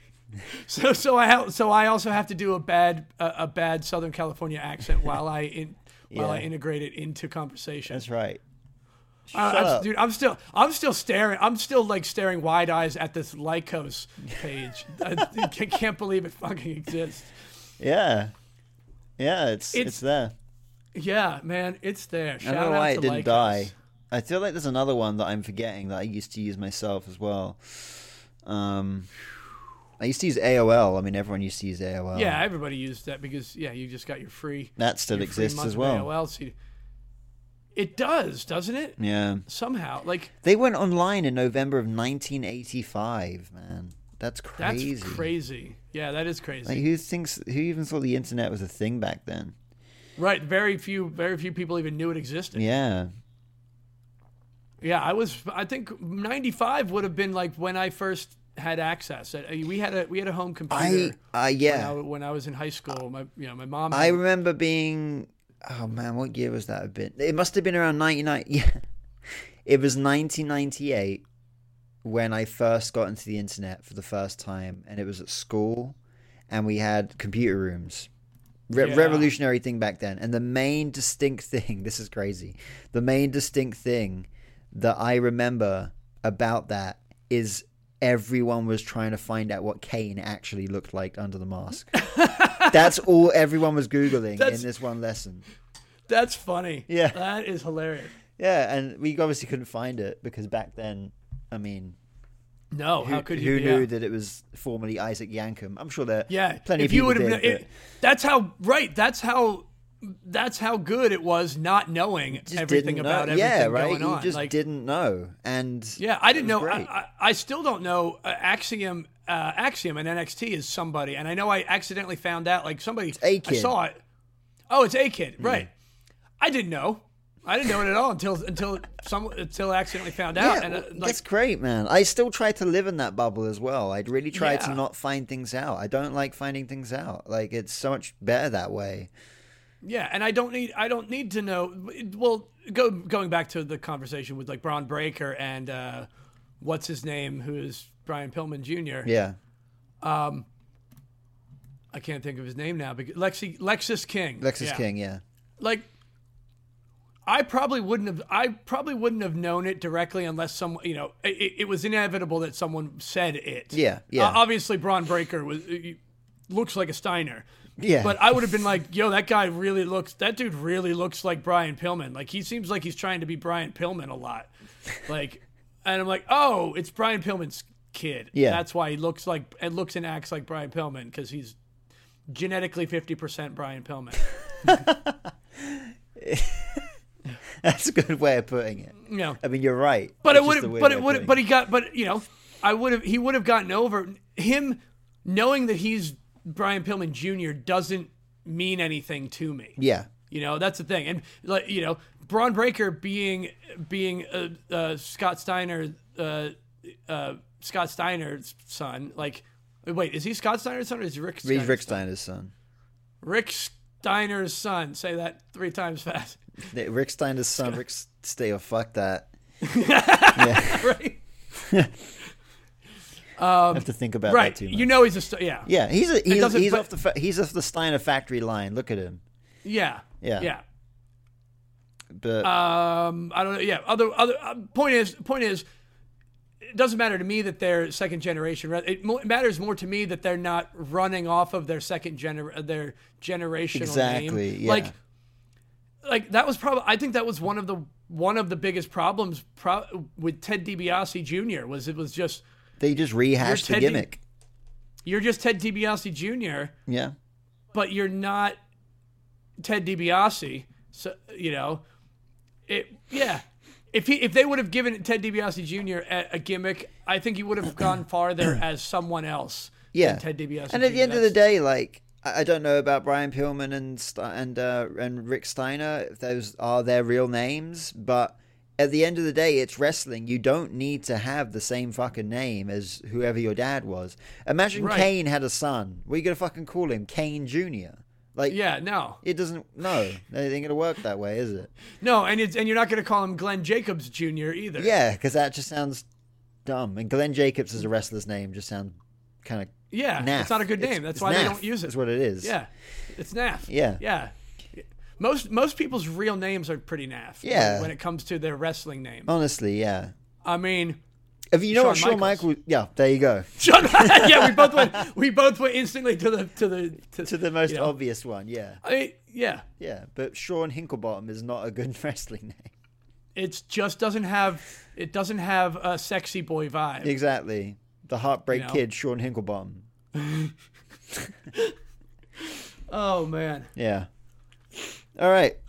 [SPEAKER 1] So so I ha- so I also have to do a bad a, a bad Southern California
[SPEAKER 2] *laughs*
[SPEAKER 1] accent while I in while I
[SPEAKER 2] Yeah.
[SPEAKER 1] integrate it into conversation.
[SPEAKER 2] That's right.
[SPEAKER 1] I-
[SPEAKER 2] Shut
[SPEAKER 1] I'm,
[SPEAKER 2] up.
[SPEAKER 1] dude, I'm still I'm still staring. I'm still like staring wide eyes at this Lycos
[SPEAKER 2] *laughs*
[SPEAKER 1] page. I c- can't believe it fucking exists.
[SPEAKER 2] Yeah. Yeah, it's it's,
[SPEAKER 1] It's-
[SPEAKER 2] there.
[SPEAKER 1] Yeah, man, it's there.
[SPEAKER 2] I
[SPEAKER 1] Shout
[SPEAKER 2] don't know
[SPEAKER 1] out
[SPEAKER 2] why
[SPEAKER 1] to
[SPEAKER 2] it didn't
[SPEAKER 1] Lycos.
[SPEAKER 2] die. I feel like there's another one that I'm forgetting that I used to use myself as well. Um, I used to use AOL. I mean, everyone used to use AOL.
[SPEAKER 1] Yeah, everybody used that because yeah, you just got your free.
[SPEAKER 2] Um, that still
[SPEAKER 1] your free
[SPEAKER 2] exists
[SPEAKER 1] month
[SPEAKER 2] as
[SPEAKER 1] of
[SPEAKER 2] well.
[SPEAKER 1] AOL, so you- it does, doesn't it?
[SPEAKER 2] Yeah,
[SPEAKER 1] Somehow, like
[SPEAKER 2] they went online in November of 1985. Man,
[SPEAKER 1] that's
[SPEAKER 2] that's crazy.
[SPEAKER 1] crazy. Yeah, that is crazy.
[SPEAKER 2] Like, who thinks? Who even thought the internet was a thing back then?
[SPEAKER 1] right? Very few, very few people even knew it existed. Yeah,
[SPEAKER 2] Yeah,
[SPEAKER 1] I was. I think '95 would have been like when I first had access. I- I- We had a we had a home
[SPEAKER 2] I.
[SPEAKER 1] computer.
[SPEAKER 2] Uh, yeah,
[SPEAKER 1] when I, when I was in high school, my you know my mom.
[SPEAKER 2] I
[SPEAKER 1] had-
[SPEAKER 2] remember being. Oh man, what year was that? A bit. It must have been around ninety nine. *laughs* Yeah, it was nineteen ninety eight when I first got into the internet for the first time, and it was at school, and we had computer rooms. Re-
[SPEAKER 1] Yeah.
[SPEAKER 2] Revolutionary thing back then, and the main distinct thing. *laughs* This is crazy. The main distinct thing that I remember about that is everyone was trying to find out what Kane actually looked like under
[SPEAKER 1] *laughs*
[SPEAKER 2] the mask. That's all everyone was googling
[SPEAKER 1] That's-
[SPEAKER 2] in this one lesson.
[SPEAKER 1] that's funny.
[SPEAKER 2] Yeah.
[SPEAKER 1] that is hilarious.
[SPEAKER 2] Yeah, and we obviously couldn't find it because back then, I mean,
[SPEAKER 1] No,
[SPEAKER 2] who,
[SPEAKER 1] how could
[SPEAKER 2] who
[SPEAKER 1] you?
[SPEAKER 2] knew
[SPEAKER 1] yeah.
[SPEAKER 2] that it was formerly Isaac Yankum? I'm sure there
[SPEAKER 1] Yeah,
[SPEAKER 2] plenty
[SPEAKER 1] if
[SPEAKER 2] of people
[SPEAKER 1] you would
[SPEAKER 2] did.
[SPEAKER 1] have, it, that's how right. That's how that's how good it was not knowing
[SPEAKER 2] but just
[SPEAKER 1] everything
[SPEAKER 2] didn't
[SPEAKER 1] about
[SPEAKER 2] know.
[SPEAKER 1] everything
[SPEAKER 2] yeah, right.
[SPEAKER 1] going on.
[SPEAKER 2] You just
[SPEAKER 1] like,
[SPEAKER 2] didn't know, and
[SPEAKER 1] yeah, I didn't
[SPEAKER 2] it was
[SPEAKER 1] know. I,
[SPEAKER 2] great.
[SPEAKER 1] I, I still don't know. Uh, Axiom, uh, Axiom, and NXT is somebody, and I know I accidentally found out like somebody. I
[SPEAKER 2] A-Kid. Mm.
[SPEAKER 1] saw it. Oh, it's A Kid, right? I didn't know. I didn't know it at all until until some until I accidentally found out.
[SPEAKER 2] yeah,
[SPEAKER 1] and uh,
[SPEAKER 2] well,
[SPEAKER 1] like,
[SPEAKER 2] that's great, man. I still try to live in that bubble as well. I'd really try
[SPEAKER 1] Yeah.
[SPEAKER 2] to not find things out. I don't like finding things out. Like it's so much better that way.
[SPEAKER 1] yeah, and I don't need I don't need to know. Well, go going back to the conversation with like Braun Breaker and uh, what's his name, who is Brian Pillman Jr.
[SPEAKER 2] Yeah.
[SPEAKER 1] I can't think of his name now. Because Lexi Lexus King.
[SPEAKER 2] Lexus
[SPEAKER 1] Yeah.
[SPEAKER 2] King, yeah.
[SPEAKER 1] like I probably wouldn't have I probably wouldn't have known it directly unless someone you know it, it was inevitable that someone said it.
[SPEAKER 2] Yeah, yeah.
[SPEAKER 1] Uh, obviously, Braun Breaker was he looks like a Steiner.
[SPEAKER 2] Yeah.
[SPEAKER 1] But I would have been like, yo, that guy really looks. That dude really looks like Brian Pillman. Like he seems like he's trying to be Brian Pillman a lot. Like, and I'm like, oh, it's Brian Pillman's kid.
[SPEAKER 2] Yeah.
[SPEAKER 1] That's why he looks like and looks and acts like Brian Pillman because he's genetically 50% Brian Pillman.
[SPEAKER 2] *laughs* That's a good way of putting it.
[SPEAKER 1] You know.
[SPEAKER 2] I mean, you're right.
[SPEAKER 1] But
[SPEAKER 2] It's
[SPEAKER 1] it
[SPEAKER 2] just
[SPEAKER 1] would,
[SPEAKER 2] a weird
[SPEAKER 1] but
[SPEAKER 2] way
[SPEAKER 1] it
[SPEAKER 2] of
[SPEAKER 1] would,
[SPEAKER 2] putting
[SPEAKER 1] but he got, but you know, I would have, he would have gotten over him knowing that he's Brian Pillman Jr. doesn't mean anything to me.
[SPEAKER 2] Yeah.
[SPEAKER 1] You know, that's the thing, and like you know, Braun Breaker being being uh, uh, Scott Steiner, uh, uh, Scott Steiner's son. Like, wait, is he Scott Steiner's son or is he Rick?
[SPEAKER 2] He's
[SPEAKER 1] Steiner's
[SPEAKER 2] Rick
[SPEAKER 1] son?
[SPEAKER 2] Steiner's son.
[SPEAKER 1] Rick Steiner's son. Say that three times fast. *laughs*
[SPEAKER 2] Rick Steiner's son. Rick Steiner. Fuck that.
[SPEAKER 1] right.
[SPEAKER 2] I have to think about
[SPEAKER 1] Right.
[SPEAKER 2] that too much.
[SPEAKER 1] You know he's a st- yeah.
[SPEAKER 2] yeah, he's a, he's,
[SPEAKER 1] doesn't-
[SPEAKER 2] he's
[SPEAKER 1] but-
[SPEAKER 2] off the fa- he's off the Steiner factory line. Look at him.
[SPEAKER 1] Yeah.
[SPEAKER 2] Yeah.
[SPEAKER 1] Yeah.
[SPEAKER 2] But
[SPEAKER 1] Um, I don't know. Yeah. Other other uh, point is point is, it doesn't matter to me that they're second generation. re- It mo- it matters more to me that they're not running off of their second gener uh, their generational
[SPEAKER 2] Exactly,
[SPEAKER 1] name.
[SPEAKER 2] yeah.
[SPEAKER 1] Like, like that was probably. I think that was one of the one of the biggest problems pro- with Ted DiBiase Jr. was it was just
[SPEAKER 2] they just rehashed the
[SPEAKER 1] Teddy-
[SPEAKER 2] gimmick.
[SPEAKER 1] you're just Ted DiBiase Jr.
[SPEAKER 2] Yeah.
[SPEAKER 1] but you're not Ted DiBiase. So you know, it yeah. If he if they would have given Ted DiBiase Jr. a, a gimmick, I think he would have
[SPEAKER 2] *clears throat*
[SPEAKER 1] gone farther as someone else.
[SPEAKER 2] Yeah.
[SPEAKER 1] than Ted DiBiase.
[SPEAKER 2] And at
[SPEAKER 1] Jr..
[SPEAKER 2] the end of the
[SPEAKER 1] That's-
[SPEAKER 2] day, like I I don't know about Brian Pillman and Ste- and uh, and Rick Steiner if those are their real names, but at the end of the day, it's wrestling. You don't need to have the same fucking name as whoever your dad was. Imagine
[SPEAKER 1] Right.
[SPEAKER 2] Kane had a son. What are you gonna fucking call him? Kane Junior. Like
[SPEAKER 1] yeah, no,
[SPEAKER 2] It doesn't. No, it ain't gonna work that way, is it?
[SPEAKER 1] no, and it's and you're not going to call him Glenn Jacobs Jr. either.
[SPEAKER 2] Yeah, because that just sounds dumb. And Glenn Jacobs as a wrestler's name just sounds kind of
[SPEAKER 1] yeah,
[SPEAKER 2] naff.
[SPEAKER 1] it's not a good name. That's
[SPEAKER 2] it's
[SPEAKER 1] why they
[SPEAKER 2] naff.
[SPEAKER 1] don't use it.
[SPEAKER 2] That's what it is.
[SPEAKER 1] Yeah, it's naff.
[SPEAKER 2] Yeah.
[SPEAKER 1] yeah. Most most people's real names are pretty naff.
[SPEAKER 2] Yeah.
[SPEAKER 1] when it comes to their wrestling name.
[SPEAKER 2] Honestly, yeah.
[SPEAKER 1] I mean,
[SPEAKER 2] If you know what
[SPEAKER 1] Shawn
[SPEAKER 2] Shawn
[SPEAKER 1] Michaels.
[SPEAKER 2] Michaels, yeah, there you go. *laughs*
[SPEAKER 1] Shut up. *laughs* yeah, we both went. We both went instantly to the to the to,
[SPEAKER 2] To the most
[SPEAKER 1] you know.
[SPEAKER 2] obvious one, yeah,
[SPEAKER 1] I mean, yeah,
[SPEAKER 2] yeah. But Sean Hinklebottom is not a good *laughs* wrestling name.
[SPEAKER 1] it just doesn't have it doesn't have a sexy boy vibe.
[SPEAKER 2] Exactly. The heartbreak
[SPEAKER 1] You know.
[SPEAKER 2] kid, Sean Hinklebottom.
[SPEAKER 1] oh man, Oh,
[SPEAKER 2] Yeah. All right.